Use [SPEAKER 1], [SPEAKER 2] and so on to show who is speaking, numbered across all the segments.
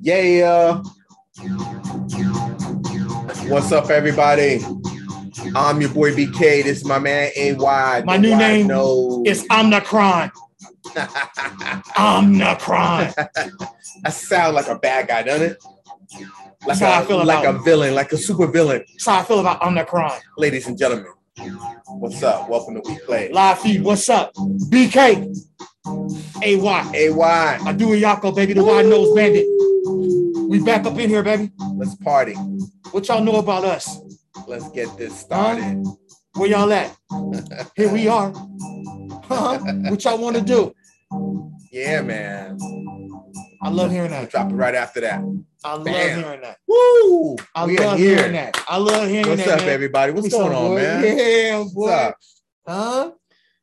[SPEAKER 1] Yeah. What's up, everybody? I'm your boy BK. This is my man AY.
[SPEAKER 2] My new name
[SPEAKER 1] No.
[SPEAKER 2] It's Omnicron. Omnicron.
[SPEAKER 1] I sound like a bad guy, doesn't it? Like
[SPEAKER 2] That's how
[SPEAKER 1] a-
[SPEAKER 2] I feel
[SPEAKER 1] like
[SPEAKER 2] about
[SPEAKER 1] a villain, like a super villain.
[SPEAKER 2] That's how I feel about Omnicron.
[SPEAKER 1] Ladies and gentlemen, what's up? Welcome to We Play.
[SPEAKER 2] Live feed, what's up? BK. AY.
[SPEAKER 1] AY,
[SPEAKER 2] I do a Yako, baby, the wide nose bandit. We back up in here, baby.
[SPEAKER 1] let's party.
[SPEAKER 2] What y'all know about us?
[SPEAKER 1] Let's get this started.
[SPEAKER 2] Where y'all at? Here we are. Huh? What y'all want to do?
[SPEAKER 1] Yeah, man.
[SPEAKER 2] I love hearing that.
[SPEAKER 1] Drop it right after that.
[SPEAKER 2] I love
[SPEAKER 1] Bam.
[SPEAKER 2] hearing that.
[SPEAKER 1] Woo!
[SPEAKER 2] I
[SPEAKER 1] we are
[SPEAKER 2] love
[SPEAKER 1] here.
[SPEAKER 2] hearing that. I love hearing
[SPEAKER 1] What's up,
[SPEAKER 2] that. man.
[SPEAKER 1] everybody? What's, going on,
[SPEAKER 2] boy?
[SPEAKER 1] man?
[SPEAKER 2] Yeah, boy.
[SPEAKER 1] What's up?
[SPEAKER 2] Huh?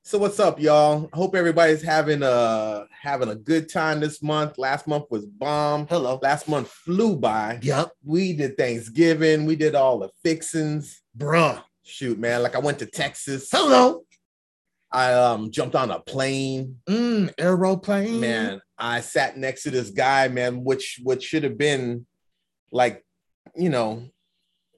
[SPEAKER 1] So what's up, y'all? Hope everybody's having a having a good time this month. Last month was bomb.
[SPEAKER 2] Hello.
[SPEAKER 1] Last month flew by.
[SPEAKER 2] Yup.
[SPEAKER 1] We did Thanksgiving. We did all the fixings.
[SPEAKER 2] Bruh.
[SPEAKER 1] Shoot, man! Like I went to Texas.
[SPEAKER 2] Hello.
[SPEAKER 1] I um jumped on a plane.
[SPEAKER 2] Mm, aeroplane.
[SPEAKER 1] Man, I sat next to this guy, man, which which should have been like, you know,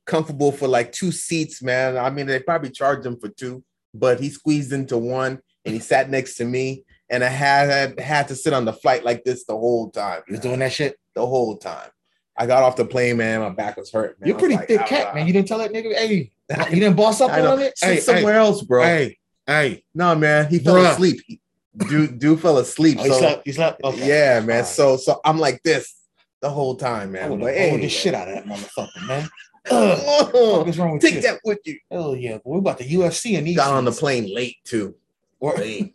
[SPEAKER 1] comfortable for like two seats, man. I mean, they probably charged him for two, but he squeezed into one and he sat next to me. And I had had to sit on the flight like this the whole time.
[SPEAKER 2] You was
[SPEAKER 1] man.
[SPEAKER 2] doing that shit.
[SPEAKER 1] the whole time. I got off the plane, man. My back was hurt, man.
[SPEAKER 2] You're
[SPEAKER 1] I was
[SPEAKER 2] pretty
[SPEAKER 1] like,
[SPEAKER 2] thick
[SPEAKER 1] "Ah,
[SPEAKER 2] cat,
[SPEAKER 1] ah."
[SPEAKER 2] man. You didn't tell that nigga, hey, you didn't boss up
[SPEAKER 1] I know.
[SPEAKER 2] on it?
[SPEAKER 1] Sit
[SPEAKER 2] Hey,
[SPEAKER 1] somewhere else, bro.
[SPEAKER 2] hey, hey.
[SPEAKER 1] No, man, he fell
[SPEAKER 2] Bruh.
[SPEAKER 1] asleep. Dude, dude fell asleep.
[SPEAKER 2] Oh, he
[SPEAKER 1] so-
[SPEAKER 2] slept. He slept. Okay.
[SPEAKER 1] Yeah, man.
[SPEAKER 2] Alright.
[SPEAKER 1] So so I'm like this the whole time,
[SPEAKER 2] I
[SPEAKER 1] man.
[SPEAKER 2] would
[SPEAKER 1] But
[SPEAKER 2] have
[SPEAKER 1] hey,
[SPEAKER 2] the shit out of that motherfucker, man. Ugh,
[SPEAKER 1] oh,
[SPEAKER 2] what's wrong with you?
[SPEAKER 1] take that with you.
[SPEAKER 2] Hell yeah, boy. We about the UFC and these.
[SPEAKER 1] Got on the
[SPEAKER 2] shits.
[SPEAKER 1] plane late too.
[SPEAKER 2] Or-
[SPEAKER 1] Late.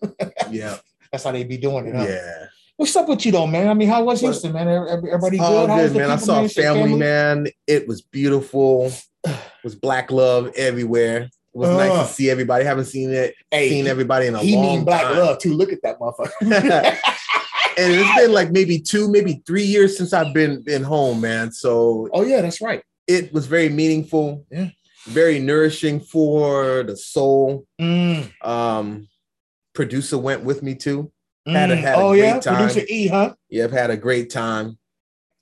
[SPEAKER 1] yeah,
[SPEAKER 2] That's how they be doing it. Huh?
[SPEAKER 1] yeah.
[SPEAKER 2] What's up with you though, man? I mean, how was
[SPEAKER 1] What-
[SPEAKER 2] Houston, man? Every- Everybody
[SPEAKER 1] All
[SPEAKER 2] good? How's
[SPEAKER 1] good,
[SPEAKER 2] the
[SPEAKER 1] man. I
[SPEAKER 2] people,
[SPEAKER 1] saw
[SPEAKER 2] man? Shit,
[SPEAKER 1] family, man. It was beautiful. It was black love everywhere. It was
[SPEAKER 2] Ugh.
[SPEAKER 1] nice to see everybody. Haven't seen it.
[SPEAKER 2] Hey,
[SPEAKER 1] seen everybody in a
[SPEAKER 2] he
[SPEAKER 1] long
[SPEAKER 2] mean black
[SPEAKER 1] time.
[SPEAKER 2] love too. Look at that motherfucker.
[SPEAKER 1] and it's been like maybe two, maybe three years since I've been been home, man. So
[SPEAKER 2] Oh yeah, that's right.
[SPEAKER 1] it was very meaningful,
[SPEAKER 2] Yeah.
[SPEAKER 1] very nourishing for the soul.
[SPEAKER 2] Mm,
[SPEAKER 1] Um, producer went with me too.
[SPEAKER 2] mm.
[SPEAKER 1] Had a- had a
[SPEAKER 2] oh
[SPEAKER 1] great
[SPEAKER 2] yeah,
[SPEAKER 1] time.
[SPEAKER 2] producer E, huh?
[SPEAKER 1] Yeah, I've had a great time.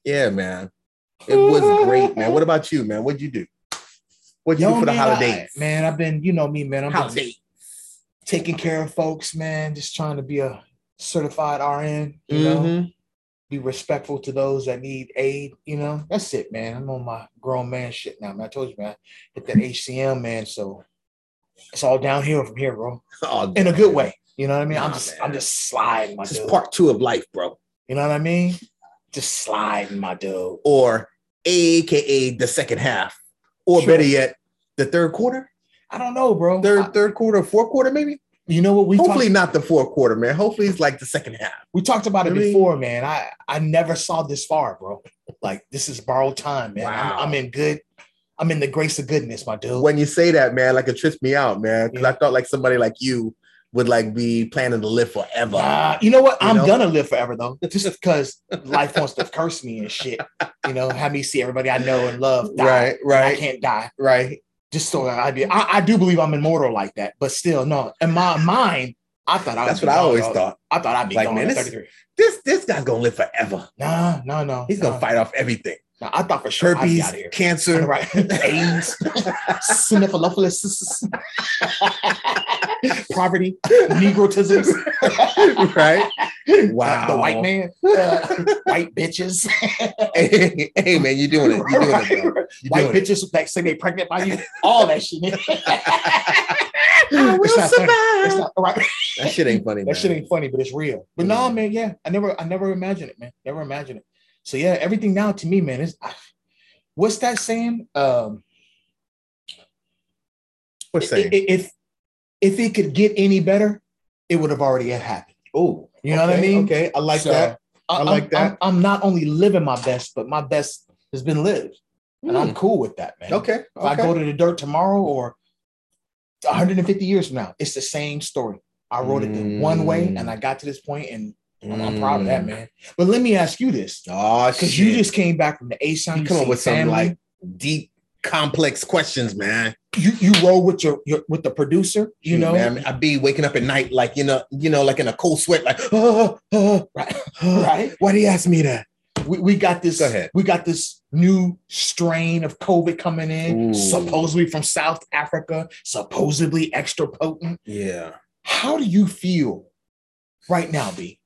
[SPEAKER 1] Yeah, man, it was great, man. What about you, man? What'd you do? What'd you
[SPEAKER 2] Yo,
[SPEAKER 1] do for the
[SPEAKER 2] man,
[SPEAKER 1] holidays?
[SPEAKER 2] I- man, I've been, you know me, man. I'm been
[SPEAKER 1] holidays.
[SPEAKER 2] taking care of folks, man. Just trying to be a certified RN, you know.
[SPEAKER 1] Mhm.
[SPEAKER 2] Be respectful to those that need aid, you know. That's it, man. I'm on my grown man shit now, man. I told you, man. Hit that HCM, man. So it's all downhill from here, bro.
[SPEAKER 1] Oh,
[SPEAKER 2] In a good way. You know what I mean? I'm
[SPEAKER 1] Nah,
[SPEAKER 2] just,
[SPEAKER 1] man.
[SPEAKER 2] I'm just sliding, my
[SPEAKER 1] This is
[SPEAKER 2] dude.
[SPEAKER 1] part two of life, bro,
[SPEAKER 2] You know what I mean? Just sliding, my dude.
[SPEAKER 1] or AKA the second half, or
[SPEAKER 2] Sure.
[SPEAKER 1] better yet, the third quarter,
[SPEAKER 2] I don't know, bro.
[SPEAKER 1] third
[SPEAKER 2] I-
[SPEAKER 1] third quarter, fourth quarter, maybe.
[SPEAKER 2] you know what we
[SPEAKER 1] Hopefully
[SPEAKER 2] talked,
[SPEAKER 1] not the fourth quarter, man. Hopefully it's like the second half.
[SPEAKER 2] we talked about it
[SPEAKER 1] I mean-
[SPEAKER 2] before, man. I I never saw this far, bro. Like this is borrowed time, man. I'm-
[SPEAKER 1] Wow.
[SPEAKER 2] I'm, in good. I'm in the grace of goodness, my dude.
[SPEAKER 1] when you say that, man, like it trips me out, man. Because I thought like somebody like you would like be planning to live forever.
[SPEAKER 2] Nah, you know what?
[SPEAKER 1] You
[SPEAKER 2] I'm
[SPEAKER 1] know?
[SPEAKER 2] gonna live forever though, just because life wants to curse me and shit. You know, have me see everybody I know and love die.
[SPEAKER 1] right,
[SPEAKER 2] I
[SPEAKER 1] right,
[SPEAKER 2] can't die.
[SPEAKER 1] right.
[SPEAKER 2] Just so I be, I, I do believe I'm immortal like that, but still, no. In my mind, I thought I
[SPEAKER 1] That's
[SPEAKER 2] was
[SPEAKER 1] what I
[SPEAKER 2] gone,
[SPEAKER 1] always
[SPEAKER 2] dog.
[SPEAKER 1] thought.
[SPEAKER 2] I thought I'd be
[SPEAKER 1] Like,
[SPEAKER 2] gone
[SPEAKER 1] man,
[SPEAKER 2] at
[SPEAKER 1] this-
[SPEAKER 2] 33.
[SPEAKER 1] This this guy's gonna live forever.
[SPEAKER 2] Nah, no, no.
[SPEAKER 1] He's
[SPEAKER 2] no.
[SPEAKER 1] gonna fight off everything.
[SPEAKER 2] Nah, I thought for sure I'd be
[SPEAKER 1] Herpes,
[SPEAKER 2] out of here.
[SPEAKER 1] cancer.
[SPEAKER 2] Right. AIDS, syphilis, poverty, negrotisms,
[SPEAKER 1] right? Wow.
[SPEAKER 2] the white man, uh, white bitches,
[SPEAKER 1] Hey, hey, man, you're doing it. You're doing it, bro. You're
[SPEAKER 2] white
[SPEAKER 1] doing it.
[SPEAKER 2] bitches that say they pregnant by you, all that shit. man.
[SPEAKER 1] I will
[SPEAKER 2] It's not funny. It's
[SPEAKER 1] survive.
[SPEAKER 2] not right.
[SPEAKER 1] That shit ain't funny. man.
[SPEAKER 2] That shit ain't funny, but it's real. But no, man, yeah, I never, I never imagined it, man. Never imagined it. So yeah, everything now to me, man, is what's that saying? Um,
[SPEAKER 1] What's
[SPEAKER 2] i- i-
[SPEAKER 1] saying?
[SPEAKER 2] if if it could get any better, it would have already had happened.
[SPEAKER 1] Oh,
[SPEAKER 2] You know what I
[SPEAKER 1] okay,
[SPEAKER 2] mean?
[SPEAKER 1] Okay, I like
[SPEAKER 2] So,
[SPEAKER 1] that. I
[SPEAKER 2] I'm-
[SPEAKER 1] like that.
[SPEAKER 2] I'm, I'm not only living my best, but my best has been lived, and I'm
[SPEAKER 1] Mm,
[SPEAKER 2] cool with that, man.
[SPEAKER 1] Okay,
[SPEAKER 2] If I
[SPEAKER 1] okay.
[SPEAKER 2] go to the dirt tomorrow or 150 years from now, it's the same story. I wrote it the one way,
[SPEAKER 1] Mm.
[SPEAKER 2] and I got to this point, and I'm, I'm proud of
[SPEAKER 1] Hmm.
[SPEAKER 2] that, man. But let me ask you this,
[SPEAKER 1] Oh,
[SPEAKER 2] because you just came back from the A
[SPEAKER 1] You
[SPEAKER 2] sign.
[SPEAKER 1] come up with some like deep, complex questions, man.
[SPEAKER 2] you you roll with your, your with the producer, you
[SPEAKER 1] Shoot,
[SPEAKER 2] know.
[SPEAKER 1] man, I'd be waking up at night, like you know, you know, like in a cold sweat, like,
[SPEAKER 2] Uh, uh, right, right.
[SPEAKER 1] why do you ask me that?
[SPEAKER 2] We, we got this.
[SPEAKER 1] Go ahead.
[SPEAKER 2] We got this new strain of COVID coming in,
[SPEAKER 1] Ooh.
[SPEAKER 2] supposedly from South Africa, supposedly extra potent.
[SPEAKER 1] Yeah,
[SPEAKER 2] How do you feel right now, B?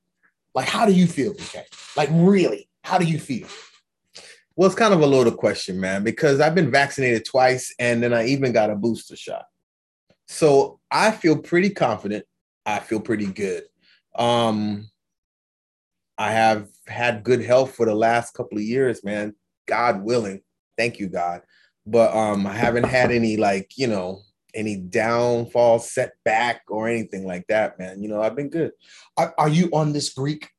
[SPEAKER 2] Like, how do you feel, BK? Like, really, how do you feel?
[SPEAKER 1] well, it's kind of a loaded question, man, because I've been vaccinated twice, and then I even got a booster shot, so I feel pretty confident. I feel pretty good. Um, I have had good health for the last couple of years, man. God willing, thank you, God. But um, I haven't had any like you know any downfall, setback, or anything like that, man. You know, I've been good.
[SPEAKER 2] Are, are you on this Greek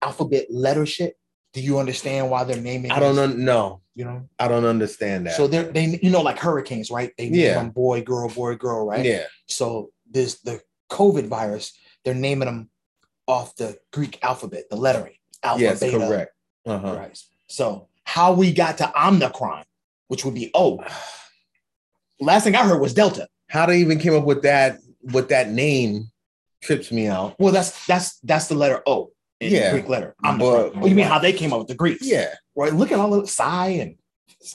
[SPEAKER 2] alphabet letter shit? Do you understand why they're naming?
[SPEAKER 1] I don't
[SPEAKER 2] this,
[SPEAKER 1] know. No,
[SPEAKER 2] You know.
[SPEAKER 1] I don't understand that.
[SPEAKER 2] So they're they you know like hurricanes, right? They name
[SPEAKER 1] Yeah.
[SPEAKER 2] them boy, girl, boy, girl, right?
[SPEAKER 1] yeah,
[SPEAKER 2] So this the COVID virus, they're naming them off the Greek alphabet, the lettering. Alpha,
[SPEAKER 1] yes,
[SPEAKER 2] beta,
[SPEAKER 1] correct. Uh-huh.
[SPEAKER 2] right? So how we got to Omicron, which would be O. Last thing I heard was Delta.
[SPEAKER 1] How they even came up with that with that name trips me out.
[SPEAKER 2] Well, that's that's that's the letter O. In the
[SPEAKER 1] Yeah.
[SPEAKER 2] Greek letter.
[SPEAKER 1] But-
[SPEAKER 2] Omicron. what do you mean how they came up with the Greeks?
[SPEAKER 1] Yeah,
[SPEAKER 2] Right. Look at all the Psi and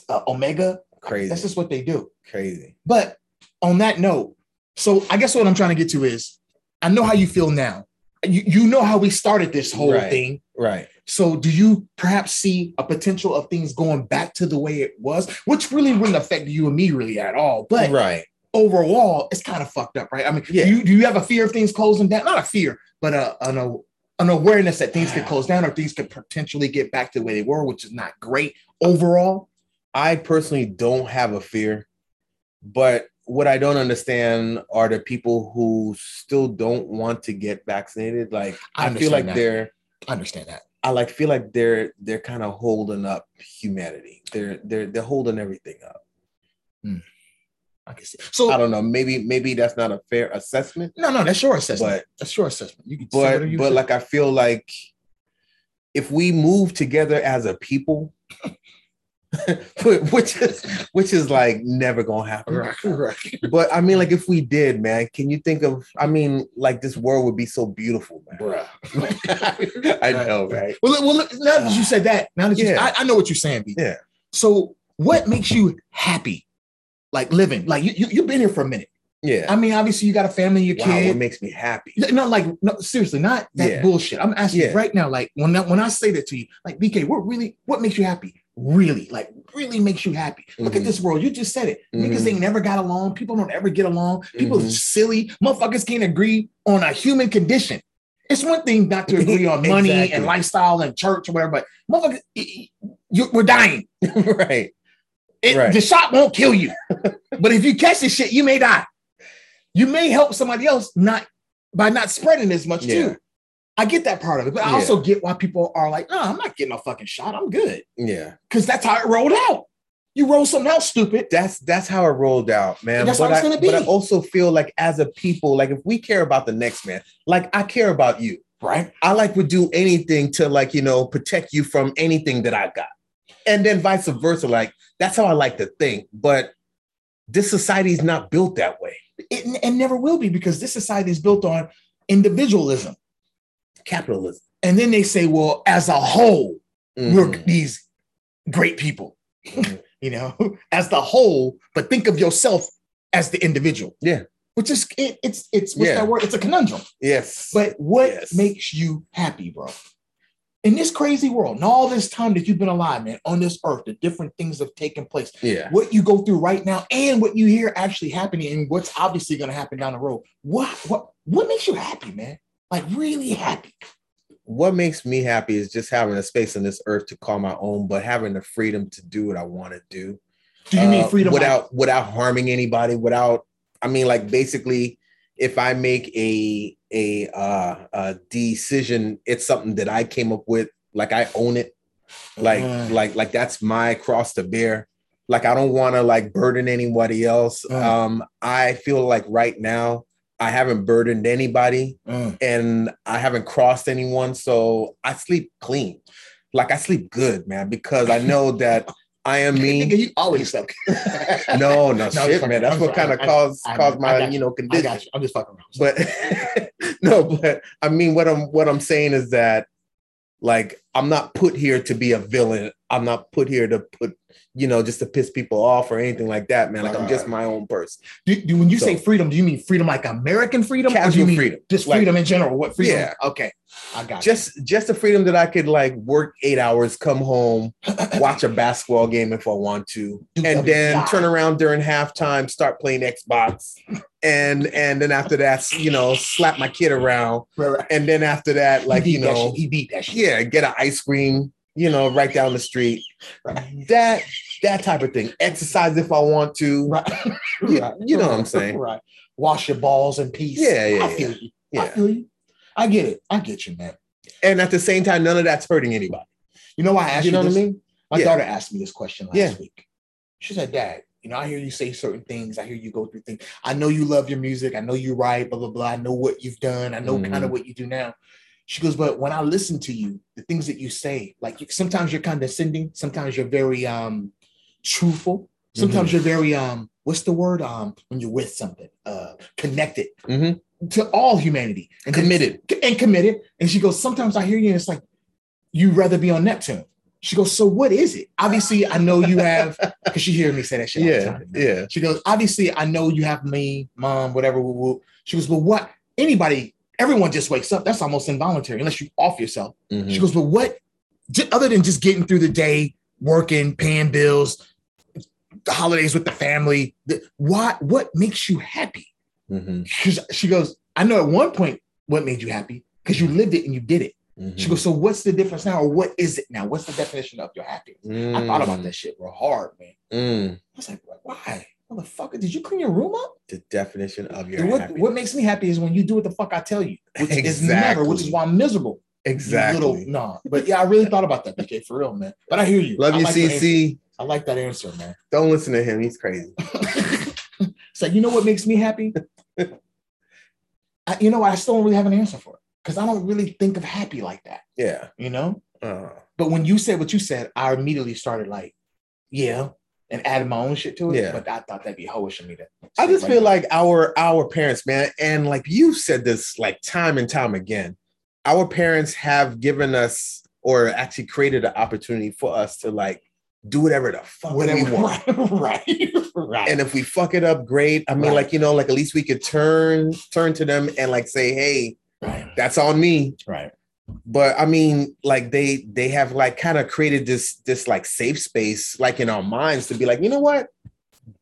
[SPEAKER 2] uh, Omega.
[SPEAKER 1] crazy,
[SPEAKER 2] That's just what they do.
[SPEAKER 1] crazy.
[SPEAKER 2] But on that note, so I guess what I'm trying to get to is I know how you feel now. You, you know how we started this whole
[SPEAKER 1] Right.
[SPEAKER 2] thing.
[SPEAKER 1] Right.
[SPEAKER 2] So do you perhaps see a potential of things going back to the way it was, which really wouldn't affect you and me really at all. But
[SPEAKER 1] right.
[SPEAKER 2] overall, it's kind of fucked up, right? I mean,
[SPEAKER 1] Yeah.
[SPEAKER 2] do you do you have a fear of things closing down? Not a fear, but a, an, a- an awareness that things could close down or things could potentially get back to the way they were, which is not great overall.
[SPEAKER 1] I personally don't have a fear, but what I don't understand are the people who still don't want to get vaccinated. Like I, feel
[SPEAKER 2] I understand
[SPEAKER 1] like
[SPEAKER 2] that.
[SPEAKER 1] they're
[SPEAKER 2] I understand that.
[SPEAKER 1] I like feel like they're they're kind of holding up humanity. They're they're they're holding everything up.
[SPEAKER 2] I can see. So
[SPEAKER 1] I don't know. Maybe maybe that's not a fair assessment.
[SPEAKER 2] No, no, that's your assessment.
[SPEAKER 1] But-
[SPEAKER 2] that's your assessment. You can say
[SPEAKER 1] but
[SPEAKER 2] whatever you
[SPEAKER 1] but
[SPEAKER 2] feel.
[SPEAKER 1] like I feel like if we move together as a people, which is which is like never gonna happen.
[SPEAKER 2] right, right,
[SPEAKER 1] But I mean, like if we did, man, can you think of? I mean, like this world would be so beautiful, man.
[SPEAKER 2] bruh.
[SPEAKER 1] I know, right?
[SPEAKER 2] Well, look- well, look, now that you said that, now that you,
[SPEAKER 1] Yeah.
[SPEAKER 2] I, I know what you're saying, B.
[SPEAKER 1] Yeah.
[SPEAKER 2] So, what makes you happy, like living? Like you, you you've been here for a minute.
[SPEAKER 1] Yeah.
[SPEAKER 2] I mean, obviously, you got a family, your
[SPEAKER 1] Wow, what
[SPEAKER 2] kid.
[SPEAKER 1] makes me happy?
[SPEAKER 2] Not like no, seriously, not that
[SPEAKER 1] Yeah.
[SPEAKER 2] bullshit. I'm asking
[SPEAKER 1] Yeah.
[SPEAKER 2] you right now, like when I, when I say that to you, like BK, what really, what makes you happy? Really, like really makes you happy. Look
[SPEAKER 1] Mhm.
[SPEAKER 2] at this world. You just said it. Niggas
[SPEAKER 1] Mhm.
[SPEAKER 2] ain't never got along. People don't ever get along. People
[SPEAKER 1] Mhm.
[SPEAKER 2] are silly. Motherfuckers can't agree on a human condition. It's one thing not to agree on money and
[SPEAKER 1] Exactly.
[SPEAKER 2] lifestyle and church or whatever, but motherfuckers, y- y- you, we're dying.
[SPEAKER 1] right.
[SPEAKER 2] It,
[SPEAKER 1] Right.
[SPEAKER 2] The shot won't kill you, but if you catch this shit, you may die. You may help somebody else not by not spreading as much
[SPEAKER 1] Yeah.
[SPEAKER 2] too. I get that part of it, but I
[SPEAKER 1] Yeah.
[SPEAKER 2] also get why people are like, "No, I'm not getting a fucking shot. I'm good,"
[SPEAKER 1] Yeah.
[SPEAKER 2] because that's how it rolled out. You roll something out stupid.
[SPEAKER 1] That's that's how it rolled out, man.
[SPEAKER 2] And that's
[SPEAKER 1] but
[SPEAKER 2] how it's
[SPEAKER 1] I,
[SPEAKER 2] gonna
[SPEAKER 1] But I
[SPEAKER 2] be.
[SPEAKER 1] also feel like as a people, like if we care about the next man, like I care about you.
[SPEAKER 2] Right.
[SPEAKER 1] I like would do anything to like you know protect you from anything that I got, and then vice versa. Like that's how I like to think, but this society is not built that way.
[SPEAKER 2] It, n- and never will be because this society is built on individualism.
[SPEAKER 1] Capitalism.
[SPEAKER 2] And then they say, well, as a whole,
[SPEAKER 1] Mm-hmm.
[SPEAKER 2] we're these great people,
[SPEAKER 1] Mhm.
[SPEAKER 2] you know, as the whole, but think of yourself as the individual.
[SPEAKER 1] Yeah.
[SPEAKER 2] Which is it, it's it's what's
[SPEAKER 1] Yeah.
[SPEAKER 2] that word? It's a conundrum.
[SPEAKER 1] Yes,
[SPEAKER 2] But what
[SPEAKER 1] Yes.
[SPEAKER 2] makes you happy, bro? In this crazy world, and all this time that you've been alive, man, on this earth, the different things have taken place.
[SPEAKER 1] yeah,
[SPEAKER 2] What you go through right now, and what you hear actually happening, and what's obviously going to happen down the road. What what what makes you happy, man? Like really happy.
[SPEAKER 1] what makes me happy is just having a space on this earth to call my own, but having the freedom to do what I want to do.
[SPEAKER 2] Do you mean
[SPEAKER 1] uh,
[SPEAKER 2] freedom? like-
[SPEAKER 1] without without harming anybody without i mean like basically if i make a a uh a decision it's something that i came up with like i own it like
[SPEAKER 2] Mm.
[SPEAKER 1] like like that's my cross to bear like i don't want to like burden anybody else
[SPEAKER 2] Mm.
[SPEAKER 1] um i feel like right now i haven't burdened anybody
[SPEAKER 2] Mm.
[SPEAKER 1] and I haven't crossed anyone, so I sleep clean. Like I sleep good, man, because I know that I am
[SPEAKER 2] Nigga,
[SPEAKER 1] me.
[SPEAKER 2] you always suck.
[SPEAKER 1] No, no,
[SPEAKER 2] I'm
[SPEAKER 1] shit,
[SPEAKER 2] sorry.
[SPEAKER 1] man. That's
[SPEAKER 2] I'm
[SPEAKER 1] what
[SPEAKER 2] sorry.
[SPEAKER 1] kind of
[SPEAKER 2] I-
[SPEAKER 1] caused
[SPEAKER 2] I-
[SPEAKER 1] caused
[SPEAKER 2] I
[SPEAKER 1] my
[SPEAKER 2] got
[SPEAKER 1] you know
[SPEAKER 2] I
[SPEAKER 1] condition.
[SPEAKER 2] got you. I'm just fucking around.
[SPEAKER 1] But no, but I mean, what I'm what I'm saying is that like I'm not put here to be a villain. I'm not put here to put you know just to piss people off or anything like that, man. Like I'm just my own person.
[SPEAKER 2] do, do, when you say
[SPEAKER 1] So-
[SPEAKER 2] freedom, do you mean freedom like American freedom, or do
[SPEAKER 1] Casual
[SPEAKER 2] you mean
[SPEAKER 1] freedom.
[SPEAKER 2] just
[SPEAKER 1] Like-
[SPEAKER 2] freedom in general? What freedom?
[SPEAKER 1] Yeah.
[SPEAKER 2] Okay, I got you.
[SPEAKER 1] Just just the freedom that I could like work eight hours, come home, watch a basketball game if I want to,
[SPEAKER 2] Do
[SPEAKER 1] and then
[SPEAKER 2] WBI.
[SPEAKER 1] turn around during halftime, start playing Xbox, and and then after that, you know, slap my kid around,
[SPEAKER 2] Right, right.
[SPEAKER 1] and then after that, like
[SPEAKER 2] he
[SPEAKER 1] you
[SPEAKER 2] beat that
[SPEAKER 1] know,
[SPEAKER 2] shit. he beat that shit.
[SPEAKER 1] yeah, get an ice cream, you know, right down the street.
[SPEAKER 2] Right.
[SPEAKER 1] That that type of thing. Exercise if I want to.
[SPEAKER 2] Right.
[SPEAKER 1] You-
[SPEAKER 2] Right.
[SPEAKER 1] you know what I'm saying.
[SPEAKER 2] Right. Wash your balls in peace.
[SPEAKER 1] Yeah, yeah,
[SPEAKER 2] I feel you. I
[SPEAKER 1] Yeah.
[SPEAKER 2] feel you. I get it. I get you, man.
[SPEAKER 1] And at the same time, none of that's hurting anybody.
[SPEAKER 2] You know why I asked
[SPEAKER 1] You
[SPEAKER 2] you,
[SPEAKER 1] know what I
[SPEAKER 2] this?
[SPEAKER 1] mean?
[SPEAKER 2] My
[SPEAKER 1] Yeah.
[SPEAKER 2] daughter asked me this question last
[SPEAKER 1] Yeah.
[SPEAKER 2] week. She said, Dad, you know, I hear you say certain things. I hear you go through things. I know you love your music. I know you write, blah, blah, blah. I know what you've done. I know kind
[SPEAKER 1] Mhm.
[SPEAKER 2] of what you do now. She goes, but when I listen to you, the things that you say, like you, sometimes you're condescending, sometimes you're very um truthful,
[SPEAKER 1] Mm-hmm.
[SPEAKER 2] sometimes you're very um, what's the word? Um, when you're with something, uh connected
[SPEAKER 1] Mhm.
[SPEAKER 2] to all humanity
[SPEAKER 1] Mm-hmm.
[SPEAKER 2] and then-
[SPEAKER 1] Committed.
[SPEAKER 2] and committed. And she goes, Sometimes I hear you, and it's like, you'd rather be on Neptune. She goes, So what is it? Obviously, I know you have, because she hears me say that shit all the
[SPEAKER 1] Yeah,
[SPEAKER 2] time.
[SPEAKER 1] yeah.
[SPEAKER 2] She goes, Obviously, I know you have me, mom, whatever. Woo, woo. She goes, But what? Anybody, everyone just wakes up. That's almost involuntary, unless you off yourself.
[SPEAKER 1] Mhm.
[SPEAKER 2] She goes, But what? j- Other than just getting through the day, working, paying bills, the holidays with the family, the, why, what makes you happy?
[SPEAKER 1] Mhm.
[SPEAKER 2] She's- she goes, I know at one point what made you happy because you lived it and you did it.
[SPEAKER 1] Mhm.
[SPEAKER 2] She goes, so what's the difference now, or what is it now? What's the definition of your happiness? I thought about
[SPEAKER 1] Mm,
[SPEAKER 2] that shit real hard, man.
[SPEAKER 1] mm.
[SPEAKER 2] I was like, why, motherfucker? Did you clean your room up?
[SPEAKER 1] The definition of your
[SPEAKER 2] What,
[SPEAKER 1] happiness.
[SPEAKER 2] what makes me happy is when you do what the fuck I tell you, which is never,
[SPEAKER 1] Exactly.
[SPEAKER 2] which is why I'm miserable. You
[SPEAKER 1] exactly.
[SPEAKER 2] Little, no, but yeah, I really thought about that, BK, for real, man. But I hear you.
[SPEAKER 1] Love
[SPEAKER 2] I
[SPEAKER 1] you,
[SPEAKER 2] like your answer.
[SPEAKER 1] CC.
[SPEAKER 2] I like that answer, man.
[SPEAKER 1] Don't listen to him. He's crazy.
[SPEAKER 2] So you know what makes me happy? I, you know, what? I still don't really have an answer for it because I don't really think of happy like that,
[SPEAKER 1] Yeah.
[SPEAKER 2] you know?
[SPEAKER 1] Uh,
[SPEAKER 2] But when you said what you said, I immediately started like, yeah, and added my own shit to it.
[SPEAKER 1] Yeah.
[SPEAKER 2] But I thought that'd be hoish of me to.
[SPEAKER 1] I
[SPEAKER 2] say
[SPEAKER 1] just
[SPEAKER 2] right
[SPEAKER 1] feel
[SPEAKER 2] now.
[SPEAKER 1] like our our parents, man, and like you said this like time and time again, our parents have given us or actually created an opportunity for us to like do whatever the fuck
[SPEAKER 2] whatever.
[SPEAKER 1] we want.
[SPEAKER 2] Right, right, right.
[SPEAKER 1] And if we fuck it up, great. I mean,
[SPEAKER 2] Right.
[SPEAKER 1] like you know, like at least we could turn turn to them and like say, hey,
[SPEAKER 2] right,
[SPEAKER 1] that's on me.
[SPEAKER 2] right,
[SPEAKER 1] But I mean, like they they have like kind of created this this like safe space like in our minds to be like, you know what,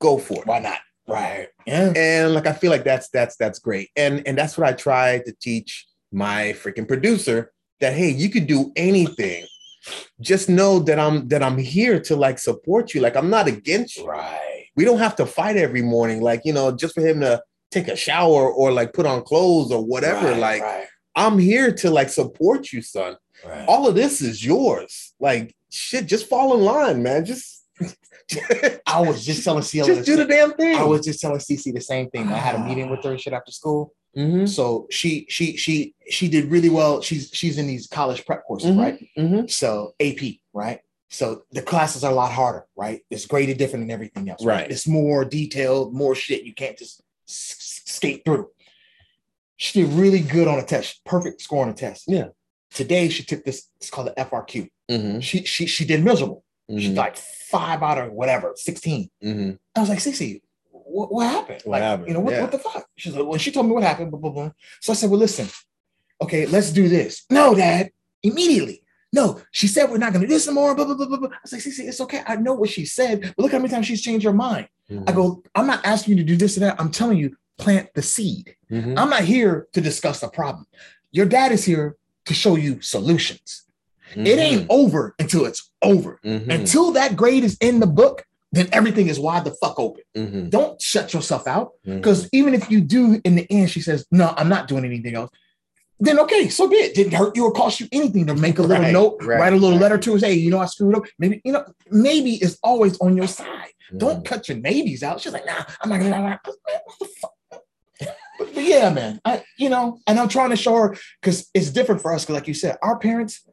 [SPEAKER 1] go for it.
[SPEAKER 2] Why not? Right. Yeah.
[SPEAKER 1] and like i feel like that's that's that's great and and that's what i try to teach my freaking producer that hey you could do anything just know that i'm that i'm here to like support you like i'm not against you
[SPEAKER 2] Right.
[SPEAKER 1] we don't have to fight every morning like you know just for him to take a shower or like put on clothes or whatever
[SPEAKER 2] Right,
[SPEAKER 1] like
[SPEAKER 2] Right.
[SPEAKER 1] i'm here to like support you son
[SPEAKER 2] right.
[SPEAKER 1] all of this is yours like shit just fall in line man just
[SPEAKER 2] I was just telling Ciela.
[SPEAKER 1] just do the damn thing
[SPEAKER 2] I was just telling Cece the same thing. I had a meeting with her and shit after school.
[SPEAKER 1] Mhm,
[SPEAKER 2] So she she she she did really well. She's she's in these college prep courses,
[SPEAKER 1] mhm,
[SPEAKER 2] right?
[SPEAKER 1] mhm,
[SPEAKER 2] So AP, right? So the classes are a lot harder, right? It's graded different than everything else,
[SPEAKER 1] Right.
[SPEAKER 2] It's more detailed, more shit. You can't just s- s- skate through. She did really good on a test, perfect score on a test.
[SPEAKER 1] Yeah.
[SPEAKER 2] Today she took this. It's called the FRQ.
[SPEAKER 1] mhm,
[SPEAKER 2] She she she did miserable. She
[SPEAKER 1] mhm,
[SPEAKER 2] like five out of whatever, sixteen.
[SPEAKER 1] mhm.
[SPEAKER 2] I was like, Cece, what, what happened?
[SPEAKER 1] What
[SPEAKER 2] like,
[SPEAKER 1] happened?
[SPEAKER 2] You know, what,
[SPEAKER 1] Yeah.
[SPEAKER 2] what the fuck? She's like, well, she told me what happened, blah, blah, blah. So I said, well, listen, okay, let's do this. No, dad, immediately. No, she said we're not going to do this anymore, blah, blah, blah, blah, blah. I was like, Cece, it's okay. I know what she said, but look how many times she's changed her mind.
[SPEAKER 1] Mm-hmm.
[SPEAKER 2] I go, I'm not asking you to do this or that. I'm telling you, plant the seed.
[SPEAKER 1] Mhm.
[SPEAKER 2] I'm not here to discuss the problem. Your dad is here to show you solutions.
[SPEAKER 1] Mm-hmm.
[SPEAKER 2] It ain't Mm-hmm. over until it's over.
[SPEAKER 1] Mhm.
[SPEAKER 2] Until that grade is in the book, then everything is wide the fuck open
[SPEAKER 1] Mhm.
[SPEAKER 2] don't shut yourself out
[SPEAKER 1] Mhm.
[SPEAKER 2] because even if you do in the end she says no i'm not doing anything else then okay so be it didn't hurt you or cost you anything to make a little
[SPEAKER 1] Right,
[SPEAKER 2] note
[SPEAKER 1] right,
[SPEAKER 2] write a little
[SPEAKER 1] right.
[SPEAKER 2] letter to her say hey, you know i screwed up maybe you know maybe it's always on your side
[SPEAKER 1] Mhm.
[SPEAKER 2] don't cut your maybes out she's like nah i'm not gonna nah, nah. I was like, "What the fuck?" But, but yeah, man, I you know, and I'm trying to show her because it's different for us. Because like you said, our parents,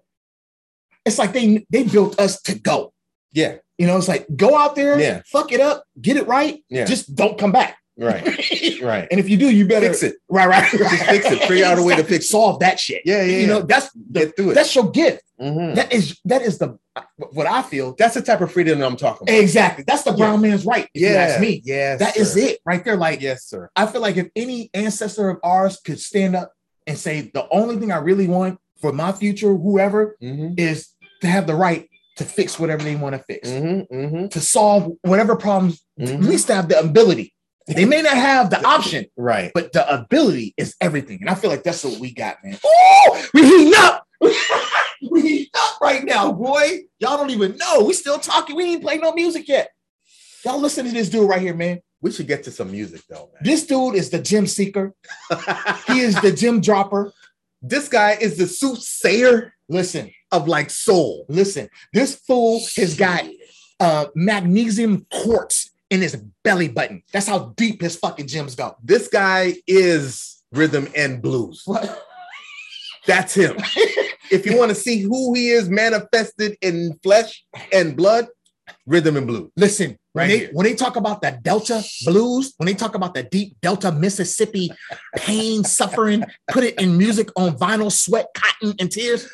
[SPEAKER 2] it's like they they built us to go.
[SPEAKER 1] Yeah.
[SPEAKER 2] You know, it's like go out there,
[SPEAKER 1] Yeah.
[SPEAKER 2] fuck it up, get it right,
[SPEAKER 1] Yeah.
[SPEAKER 2] just don't come back.
[SPEAKER 1] Right.
[SPEAKER 2] and
[SPEAKER 1] Right.
[SPEAKER 2] if you do, you better
[SPEAKER 1] Fix it.
[SPEAKER 2] Right, right, right.
[SPEAKER 1] Just fix it. Figure out a way to fix it.
[SPEAKER 2] solve that shit.
[SPEAKER 1] Yeah, yeah.
[SPEAKER 2] You know, that's the,
[SPEAKER 1] get through it.
[SPEAKER 2] that's your gift.
[SPEAKER 1] Mhm.
[SPEAKER 2] That is that is the what I feel.
[SPEAKER 1] That's the type of freedom I'm talking about.
[SPEAKER 2] Exactly. That's the brown man's right. If you ask me.
[SPEAKER 1] Yes.
[SPEAKER 2] that is it right there. Like
[SPEAKER 1] Yes, sir.
[SPEAKER 2] I feel like if any ancestor of ours could stand up and say, the only thing I really want for my future, whoever,
[SPEAKER 1] Mm-hmm.
[SPEAKER 2] is to have the right to fix whatever they want to fix,
[SPEAKER 1] Mm-hmm. Mm-hmm.
[SPEAKER 2] to solve whatever problems, at
[SPEAKER 1] Mhm.
[SPEAKER 2] least to have the ability. They may not have the option,
[SPEAKER 1] Right.
[SPEAKER 2] but the ability is everything. And I feel like that's what we got, man. Oh, we heating up. we heating up right now, boy. Y'all don't even know. We still talking. We ain't playing no music yet. Y'all listen to this dude right here, man.
[SPEAKER 1] We should get to some music though, man.
[SPEAKER 2] This dude is the gym seeker.
[SPEAKER 1] This,
[SPEAKER 2] He is the gym dropper.
[SPEAKER 1] guy is the soothsayer
[SPEAKER 2] Listen,
[SPEAKER 1] of like soul.
[SPEAKER 2] listen. This fool has got uh, magnesium quartz in his belly button. That's how deep his fucking gyms go.
[SPEAKER 1] This guy is rhythm and blues.
[SPEAKER 2] What?
[SPEAKER 1] That's him. if you want to see who he is manifested in flesh and blood, rhythm and blues.
[SPEAKER 2] Listen,
[SPEAKER 1] Right
[SPEAKER 2] when, they,
[SPEAKER 1] here.
[SPEAKER 2] when they talk about the Delta blues, when they talk about the deep Delta Mississippi pain, suffering, put it in music on vinyl, sweat, cotton, and tears.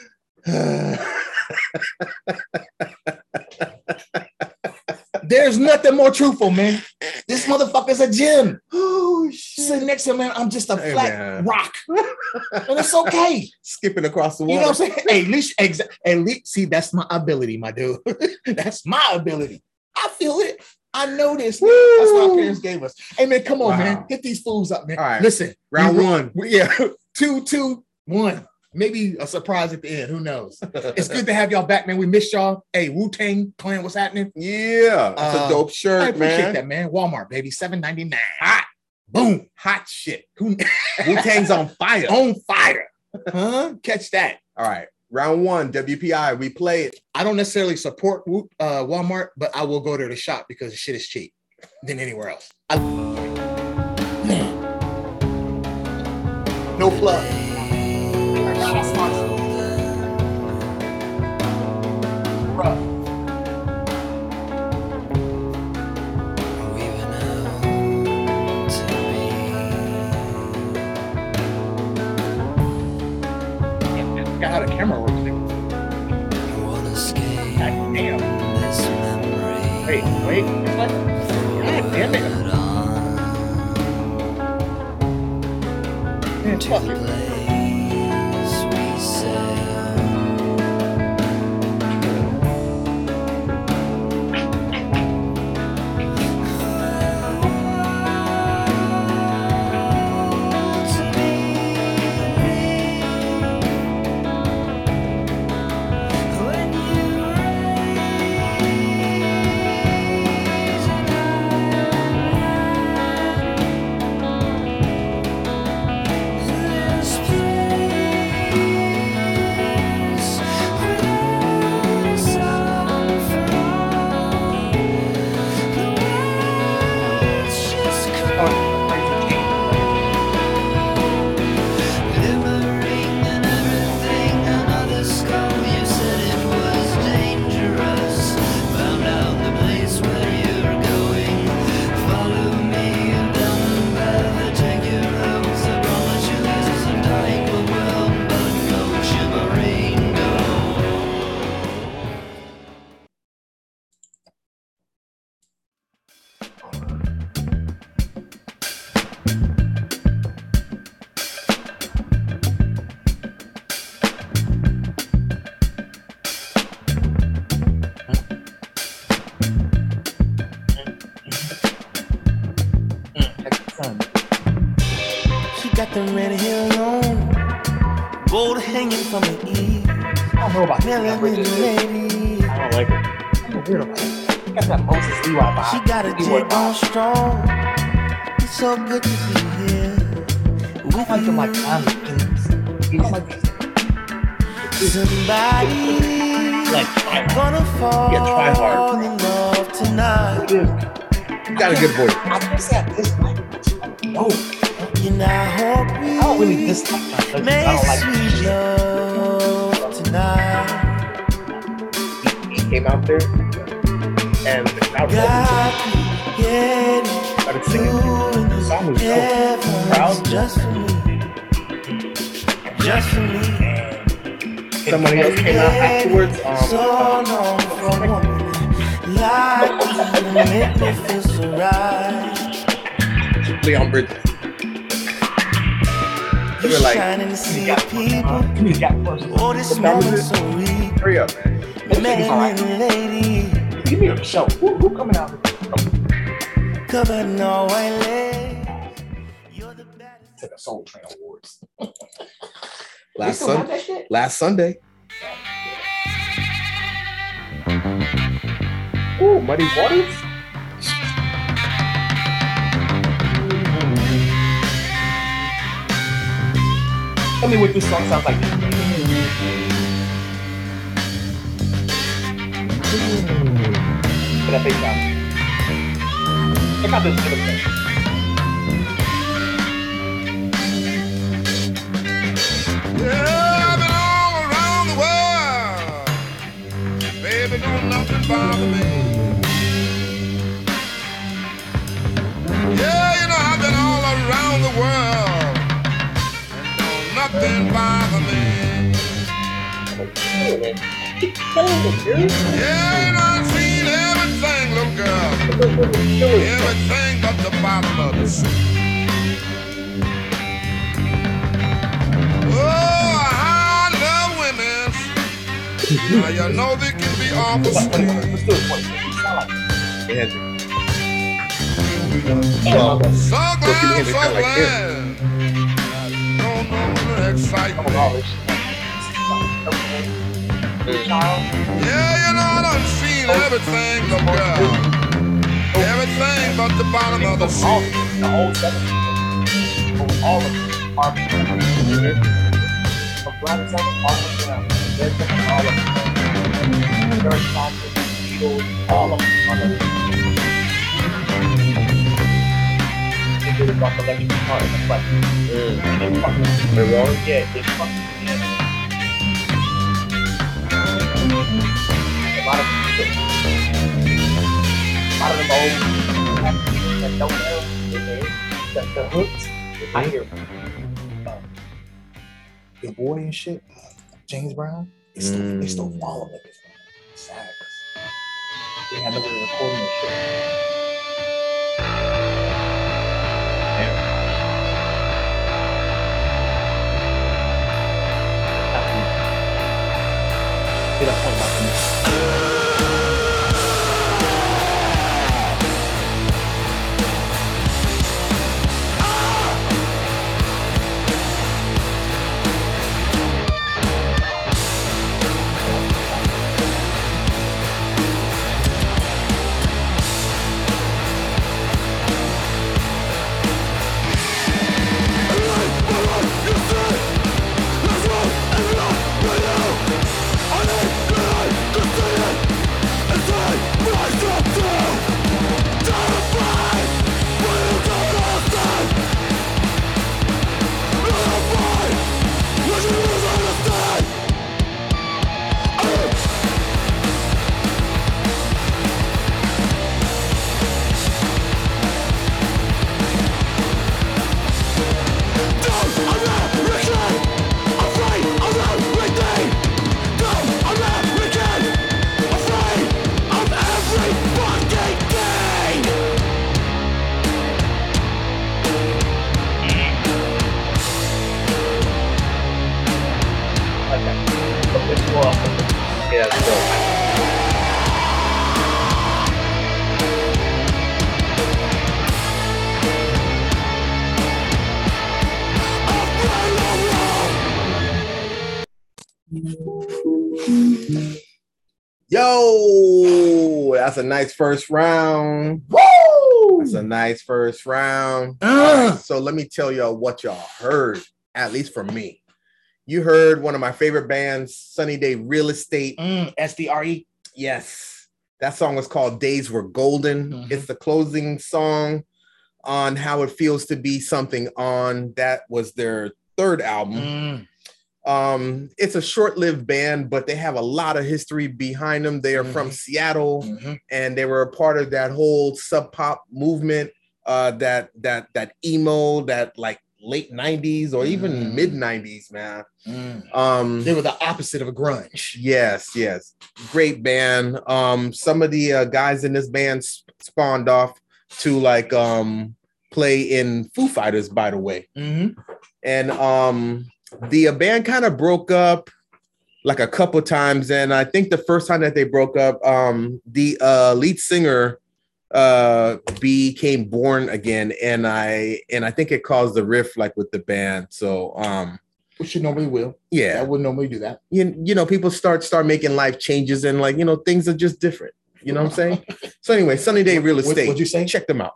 [SPEAKER 2] There's nothing more truthful, man. This motherfucker's a gym.
[SPEAKER 1] oh
[SPEAKER 2] Sitting next to him, man, I'm just a
[SPEAKER 1] Hey,
[SPEAKER 2] flat
[SPEAKER 1] man.
[SPEAKER 2] rock. and it's okay.
[SPEAKER 1] Skipping across the
[SPEAKER 2] You
[SPEAKER 1] water.
[SPEAKER 2] know what I'm saying? At least, exa- at least, see, that's my ability, my dude. that's my ability. I feel it. I know this. man. That's what our
[SPEAKER 1] Woo.
[SPEAKER 2] parents gave us. Hey, man, come on,
[SPEAKER 1] Wow.
[SPEAKER 2] man. Get these fools up, man.
[SPEAKER 1] All right.
[SPEAKER 2] Listen,
[SPEAKER 1] Round
[SPEAKER 2] we-
[SPEAKER 1] one.
[SPEAKER 2] we- yeah, two, two, one. Maybe a surprise at the end. Who knows? It's good to have y'all back, man. We missed y'all. Hey, Wu Tang Clan, what's happening?
[SPEAKER 1] yeah, that's
[SPEAKER 2] Uh,
[SPEAKER 1] a dope
[SPEAKER 2] I
[SPEAKER 1] shirt,
[SPEAKER 2] appreciate
[SPEAKER 1] man.
[SPEAKER 2] that, man. Walmart, baby, seven ninety nine. Hot, boom, hot shit. Who
[SPEAKER 1] Wu Tang's on fire.
[SPEAKER 2] on fire? Huh? Catch that.
[SPEAKER 1] All right, round one, WPI. We play it.
[SPEAKER 2] I don't necessarily support Wo- uh, Walmart, but I will go there to shop because the shit is cheap than anywhere else. I- no plug. I got my sponsor. Bruh.
[SPEAKER 3] We were now to
[SPEAKER 2] Forgot how the camera works. nigga.
[SPEAKER 3] be one escape
[SPEAKER 2] God damn.
[SPEAKER 3] this memory.
[SPEAKER 2] Wait, wait. What? God damn it.
[SPEAKER 3] Put on
[SPEAKER 2] Man,
[SPEAKER 3] to
[SPEAKER 2] fuck
[SPEAKER 3] the
[SPEAKER 2] it.
[SPEAKER 3] place we sail. To be when you raise an This place where the world's just Limmering and everything, another skull. You said it was dangerous. Found out the place where you're going. Follow me down the path, take your hopes. I promise you this is a dying world, but go shimmering, go.
[SPEAKER 4] She got the red hair long, gold hanging from her ear.
[SPEAKER 2] I don't know about this.
[SPEAKER 4] Melanin lady,
[SPEAKER 2] I don't like it. I'm a weirdo about it. You got that Moses Levi vibe.
[SPEAKER 4] she got a
[SPEAKER 2] Leroy
[SPEAKER 4] jig
[SPEAKER 2] vibe.
[SPEAKER 4] on strong. It's so good to be here.
[SPEAKER 2] I like him like I'm I don't like this.
[SPEAKER 4] Somebody
[SPEAKER 2] Like, I don't
[SPEAKER 4] gonna fall
[SPEAKER 2] Yeah, try hard.
[SPEAKER 4] in love tonight.
[SPEAKER 2] like this.
[SPEAKER 1] You got a good voice.
[SPEAKER 2] I can't say I dislike it. No,
[SPEAKER 4] And I hope we
[SPEAKER 2] I don't really dislike my
[SPEAKER 4] make
[SPEAKER 2] looks. I don't like this
[SPEAKER 4] sweet
[SPEAKER 2] shit.
[SPEAKER 4] love tonight.
[SPEAKER 2] He came out there. And I was hoping
[SPEAKER 3] Got me getting
[SPEAKER 2] to started singing. The song was dope.
[SPEAKER 3] heaven
[SPEAKER 2] Proud.
[SPEAKER 3] just for me. Just for me.
[SPEAKER 2] Somebody else came out afterwards. Um,
[SPEAKER 3] So long for a woman like you to make me feel so right.
[SPEAKER 1] Leon Bridges.
[SPEAKER 3] You
[SPEAKER 1] We're like,
[SPEAKER 3] shine in the sea
[SPEAKER 2] got-
[SPEAKER 3] of people.
[SPEAKER 2] uh, give me that first.
[SPEAKER 3] Oh, this
[SPEAKER 2] What time is
[SPEAKER 3] moment
[SPEAKER 2] it?
[SPEAKER 3] so weak.
[SPEAKER 1] Hurry up, man.
[SPEAKER 2] This shit is
[SPEAKER 3] Man
[SPEAKER 2] alright.
[SPEAKER 3] and lady
[SPEAKER 2] Give me a show. Who, who coming out?
[SPEAKER 3] covered in all white lace. You're the baddest.
[SPEAKER 2] To the Soul Train Awards. They
[SPEAKER 1] Last
[SPEAKER 2] still got
[SPEAKER 1] Sunday.
[SPEAKER 2] that shit?
[SPEAKER 1] Last Sunday.
[SPEAKER 2] Ooh, Muddy Waters. Tell me what this song sounds like. Put that bass down. Check out this little bit.
[SPEAKER 5] Yeah, I've been all around the world. Baby, don't nothing bother me. Yeah, you know, I've been all around the world. And don't nothing bother me. Yeah, you know, I've seen everything, little girl. Everything but the bottom of the sea. Oh, I love women. Now you know they can be awful
[SPEAKER 2] Let's do
[SPEAKER 5] sweet.
[SPEAKER 2] it. Let's do it. Sound like-
[SPEAKER 1] They had to-
[SPEAKER 2] Sound like-
[SPEAKER 5] So glad,
[SPEAKER 1] Look, you
[SPEAKER 5] so
[SPEAKER 1] can't make that
[SPEAKER 5] glad. Don't know the
[SPEAKER 2] Come on,
[SPEAKER 5] excitement.
[SPEAKER 2] this shit. Child,
[SPEAKER 5] Yeah, you know I done seen everything, the girl. Everything but the bottom of the
[SPEAKER 2] all-
[SPEAKER 5] sea.
[SPEAKER 2] the whole seven. All of them are from Gladys Seven, all of them. They're different, all of them. Very conscious, Beatles, all of them. All of them. They did it off electric guitar in the front. They fucking- Yeah, they fucking did. A lot of a lot of them old actors that don't know the, the hooks. I hear um, your boy and shit, uh, James Brown. They still, they still
[SPEAKER 1] Mm.
[SPEAKER 2] follow niggas. It's sad because they had no way of recording this shit. Get up on my feet.
[SPEAKER 1] Yo, that's a nice first round.
[SPEAKER 2] Woo!
[SPEAKER 1] That's a nice first round.
[SPEAKER 2] Uh.
[SPEAKER 1] All right, so let me tell y'all what y'all heard, at least from me. You heard one of my favorite bands, Sunny Day Real Estate.
[SPEAKER 2] Mm,
[SPEAKER 1] E?
[SPEAKER 2] SDRE.
[SPEAKER 1] Yes. That song was called Days Were Golden.
[SPEAKER 2] Mhm.
[SPEAKER 1] It's the closing song on how it feels to be something on that was their third album.
[SPEAKER 2] Mm.
[SPEAKER 1] Um, it's a short-lived band, but they have a lot of history behind them. They are
[SPEAKER 2] Mm-hmm.
[SPEAKER 1] from Seattle
[SPEAKER 2] Mhm.
[SPEAKER 1] and they were a part of that whole sub pop movement, uh, that that that emo, that like late '90s or even
[SPEAKER 2] Mm.
[SPEAKER 1] mid '90s, man.
[SPEAKER 2] Mm.
[SPEAKER 1] Um,
[SPEAKER 2] They were the opposite of a grunge.
[SPEAKER 1] yes, yes, great band. Um, some of the uh, guys in this band sp- spawned off to like um play in Foo Fighters, by the way
[SPEAKER 2] Mm-hmm.
[SPEAKER 1] and um the uh, band kind of broke up like a couple times and i think the first time that they broke up um the uh lead singer uh became born again and i and i think it caused the rift like with the band so um
[SPEAKER 2] Which you normally will. I
[SPEAKER 1] yeah
[SPEAKER 2] would normally do that.
[SPEAKER 1] you, you know people start start making life changes and like you know things are just different you know what i'm saying so anyway sunny day real
[SPEAKER 2] What-
[SPEAKER 1] estate
[SPEAKER 2] what'd you say?
[SPEAKER 1] check them out